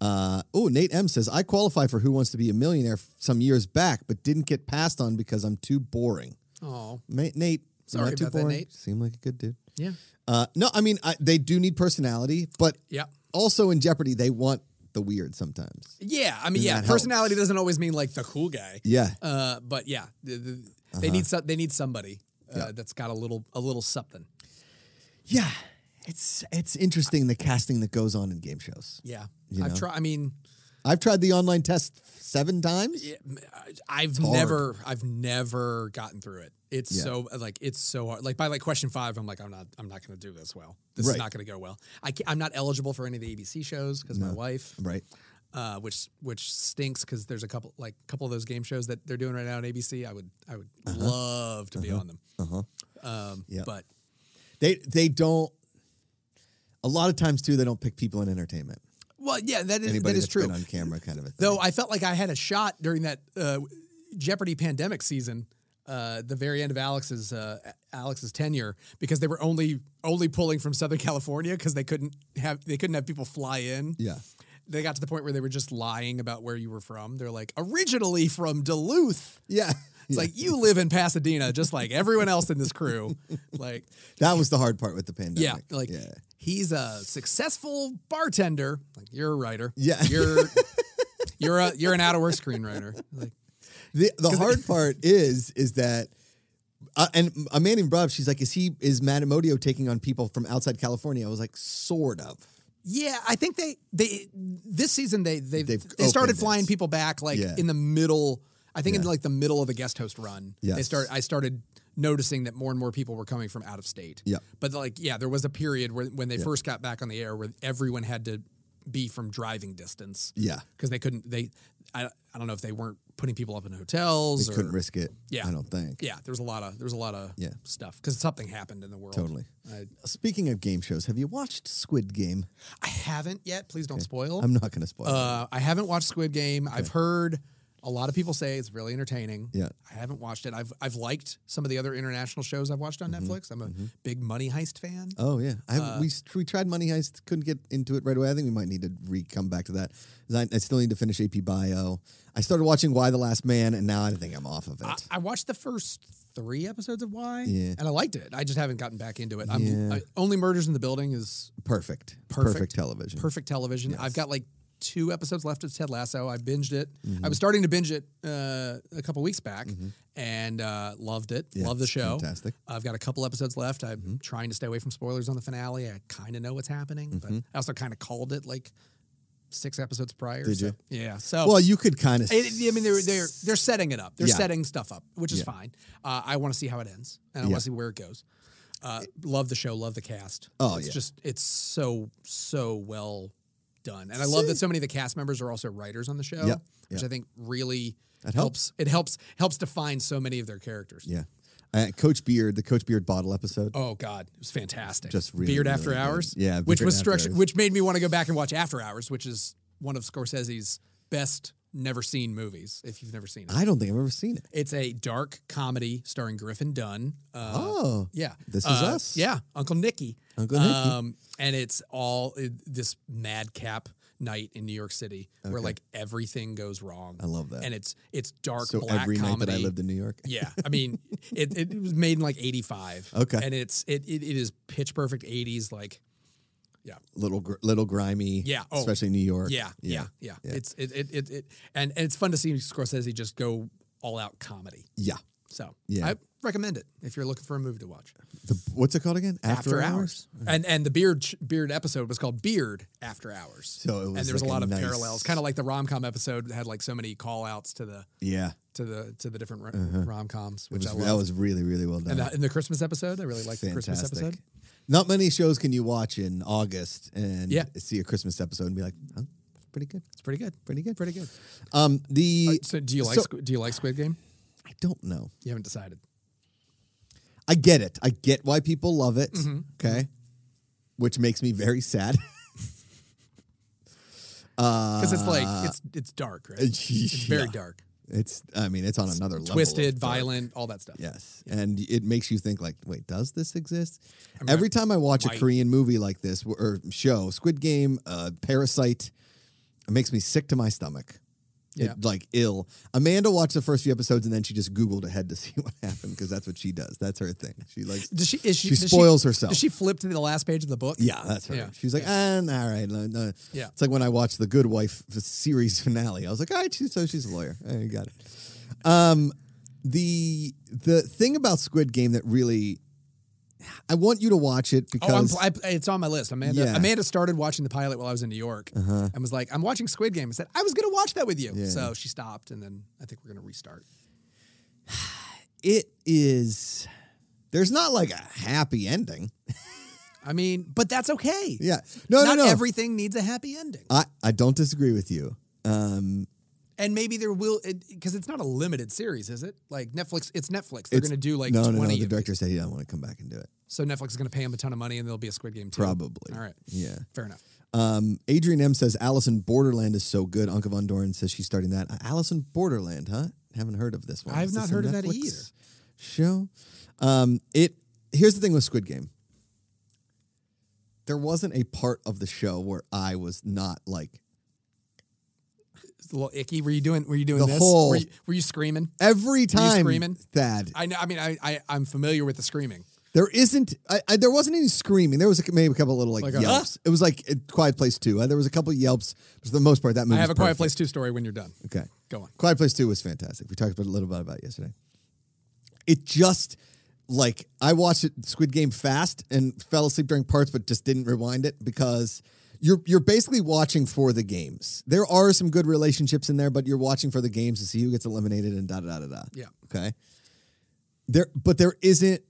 [SPEAKER 1] Uh, oh, Nate M says I qualify for Who Wants to Be a Millionaire f- some years back, but didn't get passed on because I'm too boring.
[SPEAKER 2] Oh,
[SPEAKER 1] Ma- Nate,
[SPEAKER 2] Sorry
[SPEAKER 1] am I too
[SPEAKER 2] about that,
[SPEAKER 1] boring?
[SPEAKER 2] Nate.
[SPEAKER 1] Seemed like a good dude.
[SPEAKER 2] yeah,
[SPEAKER 1] Uh, no, I mean I, they do need personality, but
[SPEAKER 2] yeah,
[SPEAKER 1] also in Jeopardy they want the weird sometimes.
[SPEAKER 2] yeah. I mean,
[SPEAKER 1] And
[SPEAKER 2] yeah.
[SPEAKER 1] that helps.
[SPEAKER 2] Personality doesn't always mean like the cool guy.
[SPEAKER 1] Yeah,
[SPEAKER 2] Uh, but yeah, the, the,
[SPEAKER 1] Uh-huh.
[SPEAKER 2] they need so, they need somebody uh, that's got a little a little something.
[SPEAKER 1] yeah. It's it's interesting the casting that goes on in game shows.
[SPEAKER 2] Yeah,
[SPEAKER 1] You
[SPEAKER 2] I've
[SPEAKER 1] know?
[SPEAKER 2] tried. I mean,
[SPEAKER 1] I've tried the online test seven times.
[SPEAKER 2] Yeah, m- I- I've
[SPEAKER 1] hard.
[SPEAKER 2] never, I've never gotten through it. It's
[SPEAKER 1] Yeah.
[SPEAKER 2] so like it's so hard. Like by like question five, I'm like I'm not, I'm not going to do this well. This
[SPEAKER 1] Right.
[SPEAKER 2] is not going to go well. I can't, I'm not eligible for any of the ABC shows because my wife,
[SPEAKER 1] Right.
[SPEAKER 2] uh, which which stinks because there's a couple like couple of those game shows that they're doing right now on ABC. I would, I would love to be on them. Um,
[SPEAKER 1] Uh-huh. Yeah.
[SPEAKER 2] but
[SPEAKER 1] They they don't. A lot of times too, they don't pick people in entertainment.
[SPEAKER 2] well, yeah, that is
[SPEAKER 1] Anybody
[SPEAKER 2] that is
[SPEAKER 1] that's been
[SPEAKER 2] true.
[SPEAKER 1] on camera, kind of a thing.
[SPEAKER 2] Though I felt like I had a shot during that uh, Jeopardy pandemic season, uh, the very end of Alex's uh, Alex's tenure, because they were only only pulling from Southern California because they couldn't have they couldn't have people fly in.
[SPEAKER 1] yeah.
[SPEAKER 2] They got to the point where they were just lying about where you were from. They're like originally from Duluth.
[SPEAKER 1] Yeah.
[SPEAKER 2] It's like you live in Pasadena, just like everyone else in this crew. Like
[SPEAKER 1] that was the hard part with the pandemic.
[SPEAKER 2] yeah, like
[SPEAKER 1] yeah.
[SPEAKER 2] he's a successful bartender. Like you're a writer.
[SPEAKER 1] Yeah.
[SPEAKER 2] you're you're a you're an out of work screenwriter. Like
[SPEAKER 1] The the hard part is is that. Uh, and a man named Rob, she's like, is he is Matt Amodio taking on people from outside California? I was like, sort of.
[SPEAKER 2] yeah, I think they they this season they they they
[SPEAKER 1] They've
[SPEAKER 2] started
[SPEAKER 1] opened
[SPEAKER 2] flying
[SPEAKER 1] it.
[SPEAKER 2] people back like
[SPEAKER 1] Yeah.
[SPEAKER 2] in the middle. I think in like the middle of the guest host run, they
[SPEAKER 1] Yes.
[SPEAKER 2] start. I started noticing that more and more people were coming from out of state.
[SPEAKER 1] Yeah.
[SPEAKER 2] but like yeah, there was a period where when they first got back on the air where everyone had to be from driving distance.
[SPEAKER 1] Yeah.
[SPEAKER 2] because they couldn't. They I I don't know if they weren't putting people up in hotels
[SPEAKER 1] They
[SPEAKER 2] or
[SPEAKER 1] couldn't risk it.
[SPEAKER 2] Yeah.
[SPEAKER 1] I don't think.
[SPEAKER 2] yeah. There was a lot of there was a lot of
[SPEAKER 1] Yeah.
[SPEAKER 2] stuff because something happened in the world.
[SPEAKER 1] Totally.
[SPEAKER 2] I,
[SPEAKER 1] Speaking of game shows, have you watched Squid Game?
[SPEAKER 2] I haven't yet. Please don't spoil.
[SPEAKER 1] I'm not going to spoil. it.
[SPEAKER 2] Oh. Uh, I haven't watched Squid Game. I've heard a lot of people say it's really entertaining.
[SPEAKER 1] Yeah.
[SPEAKER 2] I haven't watched it. I've I've liked some of the other international shows I've watched on
[SPEAKER 1] Mm-hmm.
[SPEAKER 2] Netflix. I'm a big Money Heist fan.
[SPEAKER 1] Oh yeah, I,
[SPEAKER 2] uh,
[SPEAKER 1] we we tried Money Heist, couldn't get into it right away. I think we might need to re come back to that. 'Cause I, I still need to finish AP Bio. I started watching Why the Last Man, and now I think I'm off of it.
[SPEAKER 2] I, I watched the first three episodes of Why,
[SPEAKER 1] Yeah.
[SPEAKER 2] and I liked it. I just haven't gotten back into it. I'm,
[SPEAKER 1] Yeah.
[SPEAKER 2] I, Only Murders in the Building is
[SPEAKER 1] perfect,
[SPEAKER 2] Perfect.
[SPEAKER 1] television.
[SPEAKER 2] perfect television. I've got like two episodes left of Ted Lasso. I binged it.
[SPEAKER 1] Mm-hmm.
[SPEAKER 2] I was starting to binge it uh, a couple weeks back and uh, loved it.
[SPEAKER 1] Yeah,
[SPEAKER 2] Love the
[SPEAKER 1] it's
[SPEAKER 2] show.
[SPEAKER 1] fantastic. Mm-hmm.
[SPEAKER 2] I've got a couple episodes left. I'm trying to stay away from spoilers on the finale. I kind of know what's happening, but
[SPEAKER 1] Mm-hmm.
[SPEAKER 2] I also kind of called it like six episodes prior.
[SPEAKER 1] Did
[SPEAKER 2] so-
[SPEAKER 1] you?
[SPEAKER 2] Yeah. So
[SPEAKER 1] Well, you could kind of.
[SPEAKER 2] Oh. it, I mean, they're they're they're setting it up. They're
[SPEAKER 1] Yeah.
[SPEAKER 2] setting stuff up, which is fine. Uh, I want to see how it ends, and I
[SPEAKER 1] Yeah.
[SPEAKER 2] want to see where it goes. Uh, love the show. Love the cast.
[SPEAKER 1] Oh,
[SPEAKER 2] it's
[SPEAKER 1] yeah.
[SPEAKER 2] just it's so so well done, and I love that so many of the cast members are also writers on the show,
[SPEAKER 1] Yep.
[SPEAKER 2] which
[SPEAKER 1] Yep.
[SPEAKER 2] I think really
[SPEAKER 1] That
[SPEAKER 2] helps. It helps helps define so many of their characters.
[SPEAKER 1] yeah, uh, Coach Beard, the Coach Beard bottle episode.
[SPEAKER 2] Oh God, it was fantastic.
[SPEAKER 1] Just really,
[SPEAKER 2] Beard
[SPEAKER 1] really
[SPEAKER 2] After
[SPEAKER 1] good.
[SPEAKER 2] Hours.
[SPEAKER 1] Yeah,
[SPEAKER 2] which
[SPEAKER 1] Beard
[SPEAKER 2] was
[SPEAKER 1] After
[SPEAKER 2] structured,
[SPEAKER 1] Hours.
[SPEAKER 2] which made me want to go back and watch After Hours, which is one of Scorsese's best never seen movies. If you've never seen it,
[SPEAKER 1] I don't think I've ever seen it.
[SPEAKER 2] It's a dark comedy starring Griffin Dunn. Uh,
[SPEAKER 1] oh,
[SPEAKER 2] yeah,
[SPEAKER 1] This is
[SPEAKER 2] Uh,
[SPEAKER 1] us.
[SPEAKER 2] Yeah, Uncle Nicky.
[SPEAKER 1] Uncle Nicky.
[SPEAKER 2] Um, and it's all uh, this madcap night in New York City where like everything goes wrong.
[SPEAKER 1] I love that.
[SPEAKER 2] And it's it's dark
[SPEAKER 1] so
[SPEAKER 2] black
[SPEAKER 1] every night
[SPEAKER 2] comedy.
[SPEAKER 1] that I lived in New York.
[SPEAKER 2] yeah, I mean, it, it was made in like '85.
[SPEAKER 1] Okay.
[SPEAKER 2] and it's it, it it is pitch perfect '80s like.
[SPEAKER 1] little gr- little grimy.
[SPEAKER 2] Yeah, oh.
[SPEAKER 1] especially New York.
[SPEAKER 2] Yeah, yeah, yeah. It's it it it, it and, and it's fun to see Scorsese just go all out comedy.
[SPEAKER 1] yeah.
[SPEAKER 2] So
[SPEAKER 1] Yeah.
[SPEAKER 2] I recommend it if you're looking for a movie to watch.
[SPEAKER 1] The, what's it called again? After, hours.
[SPEAKER 2] And and the beard beard episode was called Beard After Hours.
[SPEAKER 1] So it was
[SPEAKER 2] and there was
[SPEAKER 1] like
[SPEAKER 2] a lot
[SPEAKER 1] a
[SPEAKER 2] of
[SPEAKER 1] nice-
[SPEAKER 2] parallels, kind of like the rom com episode had like so many call outs to the
[SPEAKER 1] Yeah,
[SPEAKER 2] to the to the different rom coms,
[SPEAKER 1] Uh-huh. It
[SPEAKER 2] which I
[SPEAKER 1] was- that
[SPEAKER 2] love.
[SPEAKER 1] was really really well done.
[SPEAKER 2] And the, and the Christmas episode, I really liked the Christmas episode.
[SPEAKER 1] Not many shows can you watch in August and
[SPEAKER 2] Yeah.
[SPEAKER 1] see a Christmas episode and be like, oh, it's pretty good.
[SPEAKER 2] It's pretty good.
[SPEAKER 1] Pretty good. Pretty good. Um, the
[SPEAKER 2] Uh, So do you like
[SPEAKER 1] So-
[SPEAKER 2] Squ- do you like Squid Game?
[SPEAKER 1] I don't know.
[SPEAKER 2] You haven't decided.
[SPEAKER 1] I get it. I get why people love it.
[SPEAKER 2] Mm-hmm.
[SPEAKER 1] Okay. Which makes me very sad.
[SPEAKER 2] Because it's like it's it's dark, right? It's very
[SPEAKER 1] Uh, Yeah.
[SPEAKER 2] dark.
[SPEAKER 1] It's I mean, it's on another level. of
[SPEAKER 2] Twisted,
[SPEAKER 1] dark.
[SPEAKER 2] violent, all that stuff.
[SPEAKER 1] Yes. And it makes you think like, wait, does this exist? Every time I watch
[SPEAKER 2] might-
[SPEAKER 1] a Korean movie like this w- or show, Squid Game, uh, Parasite, it makes me sick to my stomach. It-
[SPEAKER 2] Yeah.
[SPEAKER 1] like ill. Amanda watched the first few episodes and then she just Googled ahead to see what happened because that's what she does. That's her thing. She likes
[SPEAKER 2] Does she is she
[SPEAKER 1] She
[SPEAKER 2] does
[SPEAKER 1] spoils herself.
[SPEAKER 2] Does she flip to the last page of the book?
[SPEAKER 1] Yeah, that's her.
[SPEAKER 2] Yeah.
[SPEAKER 1] She's like, ah, nah, all right. No, no.
[SPEAKER 2] Yeah.
[SPEAKER 1] It's like when I watched the Good Wife f- series finale. I was like, all right, she, so she's a lawyer. I got it. Um, the the thing about Squid Game that really I want you to watch it
[SPEAKER 2] Oh, I'm,
[SPEAKER 1] because
[SPEAKER 2] I, it's on my list. Amanda
[SPEAKER 1] Yeah. Uh-huh.
[SPEAKER 2] Amanda started watching the pilot while I was in New York and was like, "I'm watching Squid Game." I said, "I was going to watch that with you,"
[SPEAKER 1] Yeah.
[SPEAKER 2] so she stopped, and then I think we're going to restart.
[SPEAKER 1] it is. There's not like a happy ending.
[SPEAKER 2] I mean, but that's okay.
[SPEAKER 1] Yeah. No,
[SPEAKER 2] Not
[SPEAKER 1] no, no.
[SPEAKER 2] everything needs a happy ending,
[SPEAKER 1] I, I don't disagree with you. Um,
[SPEAKER 2] and maybe there will because it's not a limited series, is it? Like Netflix, it's Netflix. They're
[SPEAKER 1] It's-
[SPEAKER 2] going to do like
[SPEAKER 1] no, no,
[SPEAKER 2] twenty.
[SPEAKER 1] no. The
[SPEAKER 2] of
[SPEAKER 1] director
[SPEAKER 2] these.
[SPEAKER 1] said he doesn't want to come back and do it.
[SPEAKER 2] So Netflix is going to pay him a ton of money, and there'll be a Squid Game too.
[SPEAKER 1] Probably.
[SPEAKER 2] All right.
[SPEAKER 1] Yeah.
[SPEAKER 2] Fair enough.
[SPEAKER 1] Um, Adrian M says Allison Borderland is so good. Anka Von Doren says she's starting that. Uh, Allison Borderland, huh? Haven't heard of this one.
[SPEAKER 2] I've
[SPEAKER 1] Is
[SPEAKER 2] not
[SPEAKER 1] this a
[SPEAKER 2] heard of that
[SPEAKER 1] Netflix
[SPEAKER 2] either.
[SPEAKER 1] Show. Um, it here's the thing with Squid Game. There wasn't a part of the show where I was not like
[SPEAKER 2] It's a little icky. Were you doing? Were you doing
[SPEAKER 1] The
[SPEAKER 2] this?
[SPEAKER 1] whole-
[SPEAKER 2] Were, you, were you screaming?
[SPEAKER 1] every time
[SPEAKER 2] screaming?
[SPEAKER 1] Thad.
[SPEAKER 2] I know. I mean, I, I I'm familiar with the screaming.
[SPEAKER 1] There isn't. I, I, there wasn't any screaming. There was like, maybe a couple little like,
[SPEAKER 2] Like a, "Ah!"
[SPEAKER 1] yelps. It was like a Quiet Place Two. Uh, there was a couple yelps. But for the most part, that
[SPEAKER 2] I
[SPEAKER 1] movie.
[SPEAKER 2] have a
[SPEAKER 1] was
[SPEAKER 2] Quiet
[SPEAKER 1] perfect.
[SPEAKER 2] Place Two story when you're done.
[SPEAKER 1] Okay.
[SPEAKER 2] Go on.
[SPEAKER 1] Quiet Place Two was fantastic. We talked about a little bit about it yesterday. It just like I watched it Squid Game fast and fell asleep during parts, but just didn't rewind it because you're you're basically watching for the games. There are some good relationships in there, but you're watching for the games to see who gets eliminated and da da da da da.
[SPEAKER 2] Yeah.
[SPEAKER 1] Okay. There, but there isn't.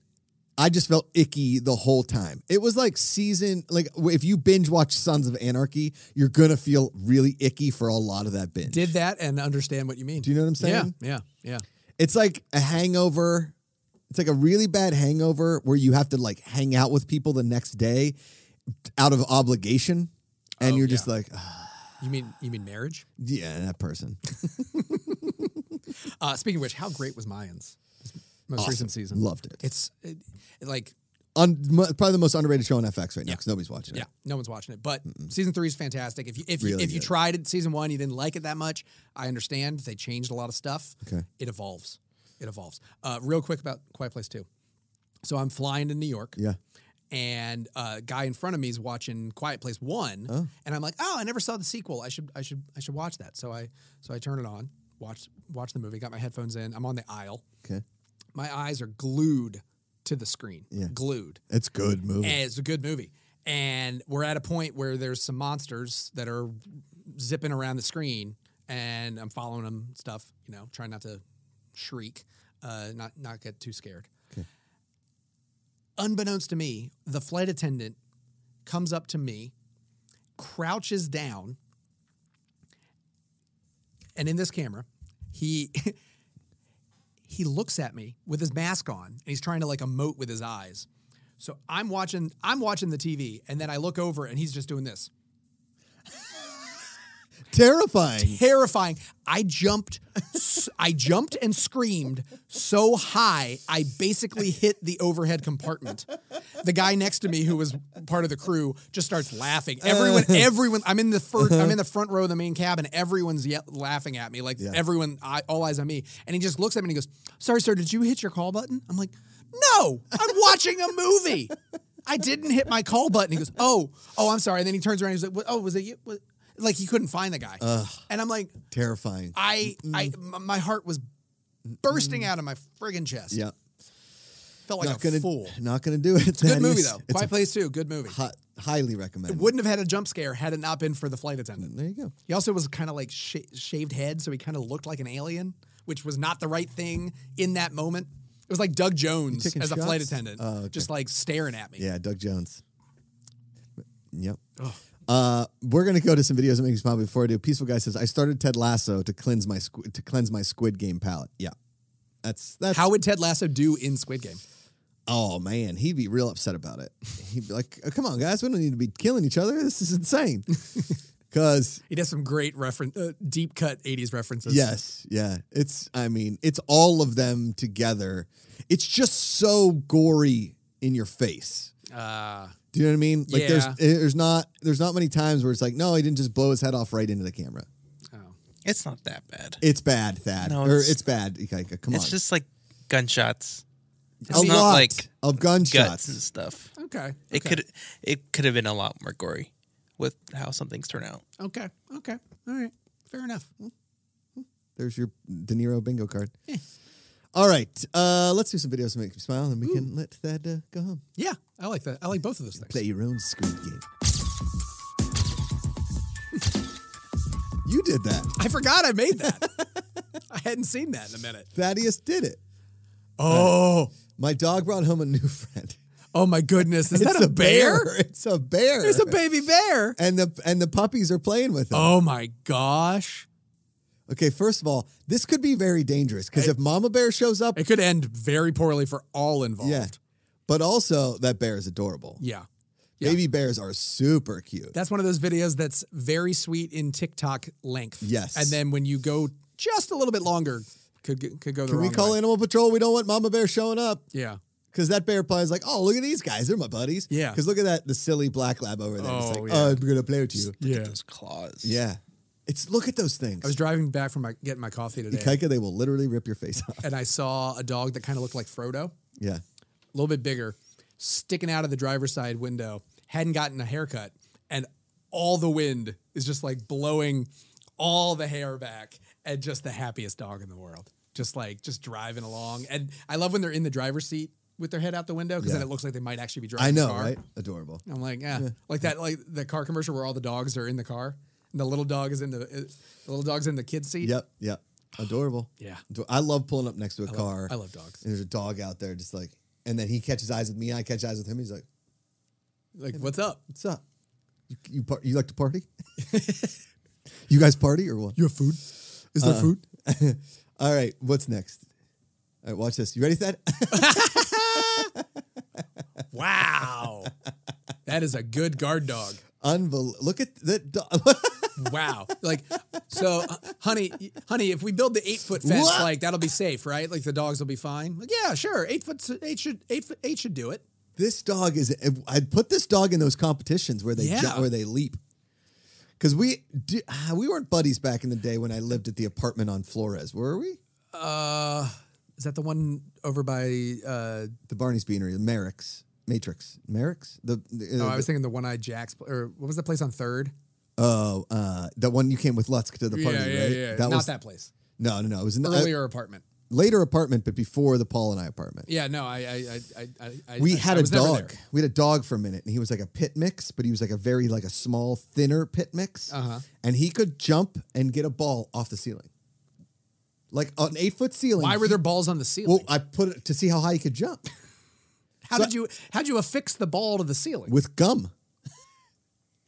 [SPEAKER 1] I just felt icky the whole time. It was like season, like if you binge watch Sons of Anarchy, you're gonna feel really icky for a lot of that binge.
[SPEAKER 2] Did that and understand what you mean.
[SPEAKER 1] Do you know what I'm saying?
[SPEAKER 2] Yeah, yeah, yeah.
[SPEAKER 1] It's like a hangover. It's like a really bad hangover where you have to like hang out with people the next day out of obligation. And
[SPEAKER 2] Oh,
[SPEAKER 1] you're just
[SPEAKER 2] yeah.
[SPEAKER 1] like, "Ah,
[SPEAKER 2] You mean you mean marriage?
[SPEAKER 1] yeah, that person.
[SPEAKER 2] Uh, speaking of which, how great was Mayans? This most
[SPEAKER 1] Awesome.
[SPEAKER 2] recent season.
[SPEAKER 1] Loved it.
[SPEAKER 2] It's it, like
[SPEAKER 1] Un- mo- probably the most underrated show on FX right now
[SPEAKER 2] Yeah.
[SPEAKER 1] because nobody's watching
[SPEAKER 2] yeah,
[SPEAKER 1] it.
[SPEAKER 2] no one's watching it. But season three is fantastic. If you if you,
[SPEAKER 1] Really
[SPEAKER 2] if you
[SPEAKER 1] good.
[SPEAKER 2] tried it season one, you didn't like it that much. I understand they changed a lot of stuff.
[SPEAKER 1] Okay.
[SPEAKER 2] it evolves. It evolves. Uh, real quick about Quiet Place Two. So I'm flying to New York.
[SPEAKER 1] Yeah.
[SPEAKER 2] and a guy in front of me is watching Quiet Place One, and I'm like, oh, I never saw the sequel. I should, I should, I should watch that. So I, so I turn it on, watch, watch the movie. Got my headphones in. I'm on the aisle.
[SPEAKER 1] Okay.
[SPEAKER 2] My eyes are glued to the screen.
[SPEAKER 1] Yeah.
[SPEAKER 2] Glued.
[SPEAKER 1] It's good movie.
[SPEAKER 2] And it's a good movie. And we're at a point where there's some monsters that are zipping around the screen, and I'm following them, stuff, you know, trying not to shriek, uh, not not get too scared. Unbeknownst to me, the flight attendant comes up to me, crouches down, and in this camera, he he looks at me with his mask on and he's trying to like emote with his eyes. So I'm watching I'm watching the TV and then I look over and he's just doing this.
[SPEAKER 1] Terrifying.
[SPEAKER 2] Terrifying. I jumped s- I jumped and screamed so high I basically hit the overhead compartment. The guy next to me who was part of the crew just starts laughing. Everyone
[SPEAKER 1] Uh.
[SPEAKER 2] everyone I'm in the first I'm in the front row of the main cabin. Everyone's ye- laughing at me like
[SPEAKER 1] Yeah.
[SPEAKER 2] everyone I, all eyes on me. And he just looks at me and he goes, "Sorry sir, did you hit your call button?" I'm like, "No, I'm watching a movie." I didn't hit my call button. He goes, "Oh, oh, I'm sorry." And then he turns around. And he's like, "What- "Oh, was it you?" What- Like he couldn't find the guy. And I'm like,
[SPEAKER 1] Terrifying.
[SPEAKER 2] I, I, m- my heart was bursting out of my friggin' chest.
[SPEAKER 1] yeah.
[SPEAKER 2] felt like
[SPEAKER 1] not
[SPEAKER 2] a
[SPEAKER 1] gonna
[SPEAKER 2] fool.
[SPEAKER 1] not gonna do it.
[SPEAKER 2] Good movie though. Quiet Place Two. Good movie.
[SPEAKER 1] highly recommended.
[SPEAKER 2] Wouldn't have had a jump scare had it not been for the flight attendant.
[SPEAKER 1] there you go.
[SPEAKER 2] He also was kind of like sh- shaved head, so he kind of looked like an alien, which was not the right thing in that moment. It was like Doug Jones
[SPEAKER 1] taking
[SPEAKER 2] as a flight
[SPEAKER 1] shots?
[SPEAKER 2] attendant,
[SPEAKER 1] Oh, okay.
[SPEAKER 2] just like staring at me.
[SPEAKER 1] Yeah, Doug Jones. Yep. Uh, we're gonna go to some videos that make me smile. Before I do, Peaceful Guy says I started Ted Lasso to cleanse my squ- to cleanse my Squid Game palette. Yeah, that's that's
[SPEAKER 2] How would Ted Lasso do in Squid Game?
[SPEAKER 1] oh man, he'd be real upset about it. He'd be like, oh, "Come on, guys, we don't need to be killing each other. This is insane." Because
[SPEAKER 2] He does some great reference, uh, deep cut '80s references.
[SPEAKER 1] yes, yeah, it's I mean, it's all of them together. It's just so gory in your face.
[SPEAKER 2] Uh,
[SPEAKER 1] Do you know what I mean? Like there's eh,
[SPEAKER 2] Yeah.
[SPEAKER 1] there's not there's not many times where it's like, no, he didn't just blow his head off right into the camera.
[SPEAKER 2] oh.
[SPEAKER 3] It's not that bad.
[SPEAKER 1] It's bad, Thad.
[SPEAKER 3] No,
[SPEAKER 1] or it's,
[SPEAKER 3] it's-
[SPEAKER 1] bad. Ikaika. Come
[SPEAKER 3] it's
[SPEAKER 1] on.
[SPEAKER 3] just like gunshots. It's
[SPEAKER 1] a
[SPEAKER 3] not
[SPEAKER 1] lot
[SPEAKER 3] like
[SPEAKER 1] of
[SPEAKER 3] guts and
[SPEAKER 1] gunshots.
[SPEAKER 3] stuff.
[SPEAKER 2] Okay.
[SPEAKER 3] It
[SPEAKER 2] okay.
[SPEAKER 3] could it could have been a lot more gory with how some things turn out.
[SPEAKER 2] Okay. Okay.
[SPEAKER 1] Hmm.
[SPEAKER 2] All right. Fair enough.
[SPEAKER 1] There's your De Niro bingo card. All right, uh, let's do some videos to make you smile, and we can let that uh, go home.
[SPEAKER 2] Yeah, I like that. I like both of those things.
[SPEAKER 1] Play your own Squid Game. you did that.
[SPEAKER 2] I forgot I made that. I hadn't seen that in a minute.
[SPEAKER 1] Thaddeus did it.
[SPEAKER 2] Oh,
[SPEAKER 1] My dog brought home a new friend.
[SPEAKER 2] oh my goodness! Is
[SPEAKER 1] It's
[SPEAKER 2] that a, bear?
[SPEAKER 1] It's a bear.
[SPEAKER 2] There's a baby bear.
[SPEAKER 1] And the and the puppies are playing with him.
[SPEAKER 2] Oh my gosh!
[SPEAKER 1] Okay, first of all, this could be very dangerous because if Mama Bear shows up,
[SPEAKER 2] It could end very poorly for all involved.
[SPEAKER 1] yeah. But also, that bear is adorable.
[SPEAKER 2] Yeah. yeah.
[SPEAKER 1] Baby bears are super cute.
[SPEAKER 2] That's one of those videos that's very sweet in TikTok length.
[SPEAKER 1] Yes.
[SPEAKER 2] And then when you go just a little bit longer, could g- could go the
[SPEAKER 1] Can
[SPEAKER 2] wrong
[SPEAKER 1] we call
[SPEAKER 2] way.
[SPEAKER 1] Animal Patrol? We don't want Mama Bear showing up
[SPEAKER 2] Yeah.
[SPEAKER 1] because that bear probably is like, oh, look at these guys. They're my buddies.
[SPEAKER 2] Yeah.
[SPEAKER 1] Because look at that, the silly black lab over there. it's
[SPEAKER 2] Oh,
[SPEAKER 1] like,
[SPEAKER 2] yeah.
[SPEAKER 1] oh, I'm going to play with you.
[SPEAKER 3] Look
[SPEAKER 2] Yeah.
[SPEAKER 3] at those claws.
[SPEAKER 1] Yeah. It's look at those things.
[SPEAKER 2] I was driving back from my, getting my coffee today,
[SPEAKER 1] Kaika, they will literally rip your face off.
[SPEAKER 2] and I saw a dog that kind of looked like Frodo.
[SPEAKER 1] Yeah.
[SPEAKER 2] a little bit bigger, sticking out of the driver's side window, hadn't gotten a haircut, and all the wind is just like blowing all the hair back, and just the happiest dog in the world. Just like just driving along. And I love when they're in the driver's seat with their head out the window because
[SPEAKER 1] Yeah.
[SPEAKER 2] then it looks like they might actually be driving
[SPEAKER 1] I know,
[SPEAKER 2] the car.
[SPEAKER 1] right? Adorable.
[SPEAKER 2] I'm like, yeah. Like that like the car commercial where all the dogs are in the car and the little dog is in the, uh, the little dog's in the kid's seat.
[SPEAKER 1] Yep. Yep. Adorable.
[SPEAKER 2] Yeah.
[SPEAKER 1] Ador- I love pulling up next to a car.
[SPEAKER 2] I love dogs.
[SPEAKER 1] And there's a dog out there just like, and then he catches eyes with me, I catch eyes with him. He's like,
[SPEAKER 2] Like, what's up?
[SPEAKER 1] what's up? You, you, par- you like to party? you guys party or what?
[SPEAKER 2] You have food? Is
[SPEAKER 1] Uh,
[SPEAKER 2] there food?
[SPEAKER 1] All right, what's next? All right, watch this. You ready for that?
[SPEAKER 2] Wow. that is a good guard dog.
[SPEAKER 1] Unbel- look at that dog.
[SPEAKER 2] Wow. Like, so, uh, honey, y- honey, if we build the eight foot fence,
[SPEAKER 1] What?
[SPEAKER 2] like that'll be safe, right? Like the dogs will be fine. Like, yeah, sure. Eight foot, s- eight should, eight foot, eight should do it.
[SPEAKER 1] this dog is, I'd put this dog in those competitions where they ju-
[SPEAKER 2] Yeah.
[SPEAKER 1] where they leap. Because we di- ah, we weren't buddies back in the day when I lived at the apartment on Flores, were we?
[SPEAKER 2] Uh, Is that the one over by? uh
[SPEAKER 1] The Barney's Beanery, the Merrick's, Matrix, Merrick's. The, the-
[SPEAKER 2] Oh, I was thinking the one eyed Jack's, pl- or what was the place on Third?
[SPEAKER 1] oh, uh, that one you came with Lutsk to the party, right?
[SPEAKER 2] Not
[SPEAKER 1] was,
[SPEAKER 2] that Oh, place.
[SPEAKER 1] No, no, no. It was in the
[SPEAKER 2] Earlier apartment.
[SPEAKER 1] later apartment, but before the Paul and I apartment.
[SPEAKER 2] Yeah. No, I, I, I, I. I
[SPEAKER 1] we
[SPEAKER 2] I-
[SPEAKER 1] had
[SPEAKER 2] I
[SPEAKER 1] a
[SPEAKER 2] was never
[SPEAKER 1] dog.
[SPEAKER 2] there.
[SPEAKER 1] We had a dog for a minute, and he was like a pit mix, but he was like a very like a small, thinner pit mix.
[SPEAKER 2] Uh-huh.
[SPEAKER 1] And he could jump and get a ball off the ceiling, like an eight foot ceiling.
[SPEAKER 2] Why were
[SPEAKER 1] he-
[SPEAKER 2] there balls on the ceiling?
[SPEAKER 1] Well, I put it to see how high he could jump
[SPEAKER 2] how did you how would you affix the ball to the ceiling?
[SPEAKER 1] with gum.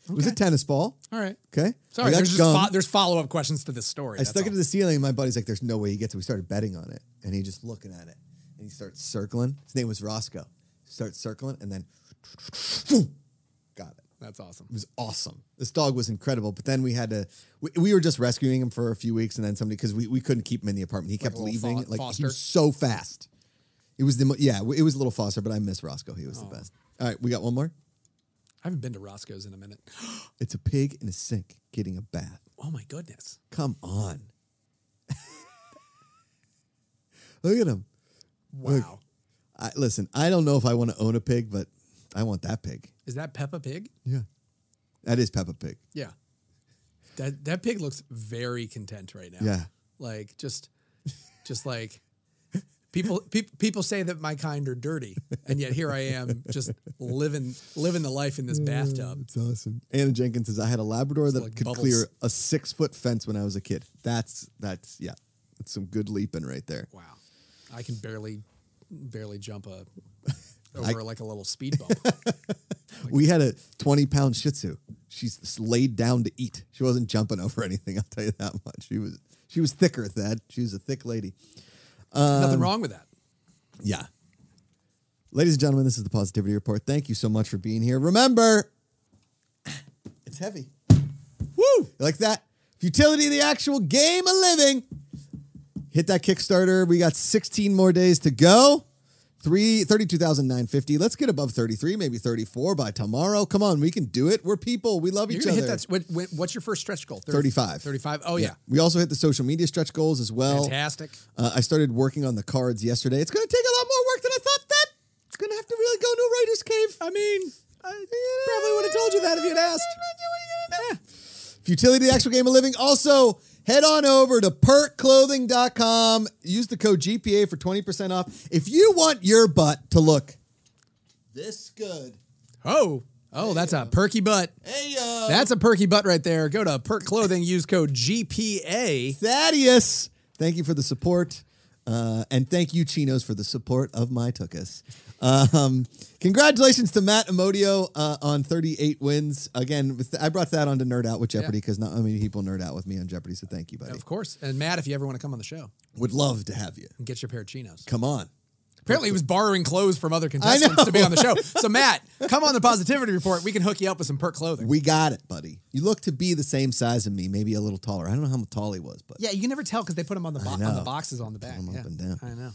[SPEAKER 1] It was a tennis ball.
[SPEAKER 2] All right.
[SPEAKER 1] Okay. I
[SPEAKER 2] Sorry,
[SPEAKER 1] got
[SPEAKER 2] there's just
[SPEAKER 1] gum.
[SPEAKER 2] fo- there's follow up questions to this story.
[SPEAKER 1] I
[SPEAKER 2] that's
[SPEAKER 1] stuck it
[SPEAKER 2] all.
[SPEAKER 1] to the ceiling. and My buddy's like, "There's no way he gets it." We started betting on it, and he just looking at it, and he starts circling. His name was Roscoe. Starts circling, and then got it.
[SPEAKER 2] That's awesome.
[SPEAKER 1] It was awesome. This dog was incredible. But then we had to, we, we were just rescuing him for a few weeks, and then somebody because we, we couldn't keep him in the apartment. He kept
[SPEAKER 2] a little
[SPEAKER 1] leaving.
[SPEAKER 2] fo-
[SPEAKER 1] like he
[SPEAKER 2] foster?
[SPEAKER 1] was so fast. It was the mo- yeah. It was a little foster, but I miss Roscoe. He was
[SPEAKER 2] Oh.
[SPEAKER 1] the best. All right, we got one more.
[SPEAKER 2] I haven't been to Roscoe's in a minute.
[SPEAKER 1] It's a pig in a sink getting a bath.
[SPEAKER 2] Oh my goodness.
[SPEAKER 1] Come on. Look at him.
[SPEAKER 2] Wow.
[SPEAKER 1] I, listen, I don't know if I want to own a pig, but I want that pig.
[SPEAKER 2] Is that Peppa Pig?
[SPEAKER 1] Yeah, that is Peppa Pig.
[SPEAKER 2] Yeah. That that pig looks very content right now.
[SPEAKER 1] Yeah.
[SPEAKER 2] Like just just like people pe- people say that my kind are dirty and yet here I am just living living the life in this bathtub.
[SPEAKER 1] It's awesome. Anna Jenkins says I had a Labrador that
[SPEAKER 2] like
[SPEAKER 1] could
[SPEAKER 2] bubbles.
[SPEAKER 1] clear a six foot fence when I was a kid. That's that's yeah. That's some good leaping right there.
[SPEAKER 2] Wow. I can barely barely jump a over like a little speed bump.
[SPEAKER 1] we had a twenty pound Shih Tzu. She's s- laid down to eat. She wasn't jumping over anything. I'll tell you that much. She was she was thicker. Thad. She was a thick lady. Um,
[SPEAKER 2] Nothing wrong with that.
[SPEAKER 1] Yeah. Ladies and gentlemen, this is the Positivity Report. Thank you so much for being here. Remember, it's heavy.
[SPEAKER 2] Woo!
[SPEAKER 1] You like that? Futility, the actual game of living. Hit that Kickstarter. We got 16 more days to go. Three, 32,950. Let's get above 33, maybe 34 by tomorrow. Come on, we can do it. We're people. We love
[SPEAKER 2] You're
[SPEAKER 1] each
[SPEAKER 2] gonna
[SPEAKER 1] other.
[SPEAKER 2] hit that. What, what- what's your first stretch goal? 30
[SPEAKER 1] 35.
[SPEAKER 2] 35. Oh, yeah.
[SPEAKER 1] We also hit the social media stretch goals as well.
[SPEAKER 2] Fantastic.
[SPEAKER 1] Uh, I started working on the cards yesterday. It's going to take a lot more work than I thought that. It's going to have to really go into a writer's cave. I mean, I
[SPEAKER 2] Probably would have told you that if you'd asked.
[SPEAKER 1] Futility, the actual game of living. Also, Head on over to perkclothing.com. Use the code GPA for 20% off. If you want your butt to look this good,
[SPEAKER 2] Oh, oh, that's a perky butt.
[SPEAKER 1] hey, uh, yo,
[SPEAKER 2] That's a perky butt right there. Go to Perk Clothing. Use code GPA.
[SPEAKER 1] Thaddeus, thank you for the support. Uh, and thank you, Chinos, for the support of my Tukas. Um, congratulations to Matt Amodio uh, on 38 wins. Again, with- I brought that on to Nerd Out with Jeopardy because not many people nerd out with me on Jeopardy. So thank you, buddy.
[SPEAKER 2] Of course. And Matt, if you ever want to come on the show
[SPEAKER 1] Would love to have you.
[SPEAKER 2] and get your pair of chinos.
[SPEAKER 1] Come on.
[SPEAKER 2] Apparently, he was borrowing clothes from other contestants
[SPEAKER 1] know.
[SPEAKER 2] to be on the show. So, Matt, come on the positivity report. We can hook you up with some perk clothing.
[SPEAKER 1] We got it, buddy. You look to be the same size as me, maybe a little taller. I don't know how tall he was, but
[SPEAKER 2] yeah, you can never tell because they put them on the, bo- on the
[SPEAKER 1] know.
[SPEAKER 2] boxes on the back.
[SPEAKER 1] them up
[SPEAKER 2] yeah.
[SPEAKER 1] and down.
[SPEAKER 2] I know.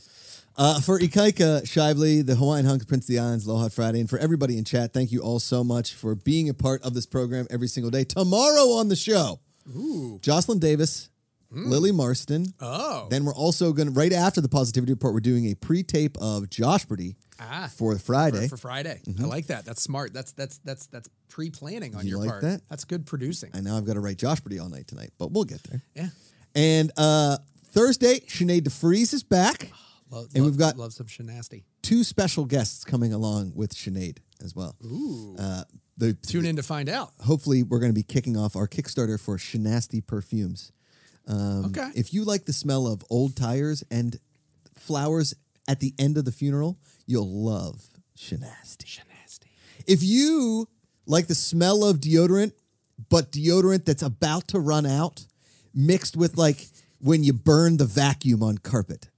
[SPEAKER 1] Uh, for Ikaika, Shively, the Hawaiian Hunk, Prince of the Islands, Aloha Friday, and for everybody in chat, thank you all so much for being a part of this program every single day. Tomorrow on the show, Jocelyn Davis, Lily Marston.
[SPEAKER 2] Hmm. Oh.
[SPEAKER 1] Then we're also going to, right after the Positivity Report, we're doing a pre tape of Josh Brady
[SPEAKER 2] Ah.
[SPEAKER 1] for Friday.
[SPEAKER 2] for Friday. I like that. That's smart. That's that's that's that's pre-planning on
[SPEAKER 1] Mm-hmm. You
[SPEAKER 2] your
[SPEAKER 1] like
[SPEAKER 2] part.
[SPEAKER 1] that?
[SPEAKER 2] That's good producing.
[SPEAKER 1] I know I've got to write Josh Brady all night tonight, but we'll get there.
[SPEAKER 2] yeah.
[SPEAKER 1] And uh, Thursday, Sinead DeFries is back.
[SPEAKER 2] Love,
[SPEAKER 1] And we've got-
[SPEAKER 2] love some shenasty.
[SPEAKER 1] Two special guests coming along with Sinead as well. Ooh. Uh, the,
[SPEAKER 2] Tune in to find out.
[SPEAKER 1] hopefully we're going to be kicking off our Kickstarter for Shanasty perfumes. um,
[SPEAKER 2] okay.
[SPEAKER 1] If you like the smell of old tires and flowers at the end of the funeral, you'll love Shanasty.
[SPEAKER 2] Shenasty.
[SPEAKER 1] If you like the smell of deodorant, but deodorant that's about to run out, mixed with like when you burn the vacuum on carpet.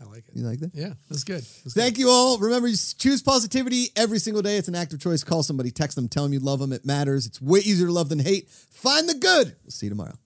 [SPEAKER 2] I like it.
[SPEAKER 1] You like that?
[SPEAKER 2] Yeah, that's good. That's good.
[SPEAKER 1] Thank you all. Remember, you s- choose positivity every single day. It's an active choice. Call somebody, text them, tell them you love them. It matters. It's way easier to love than hate. Find the good. We'll see you tomorrow.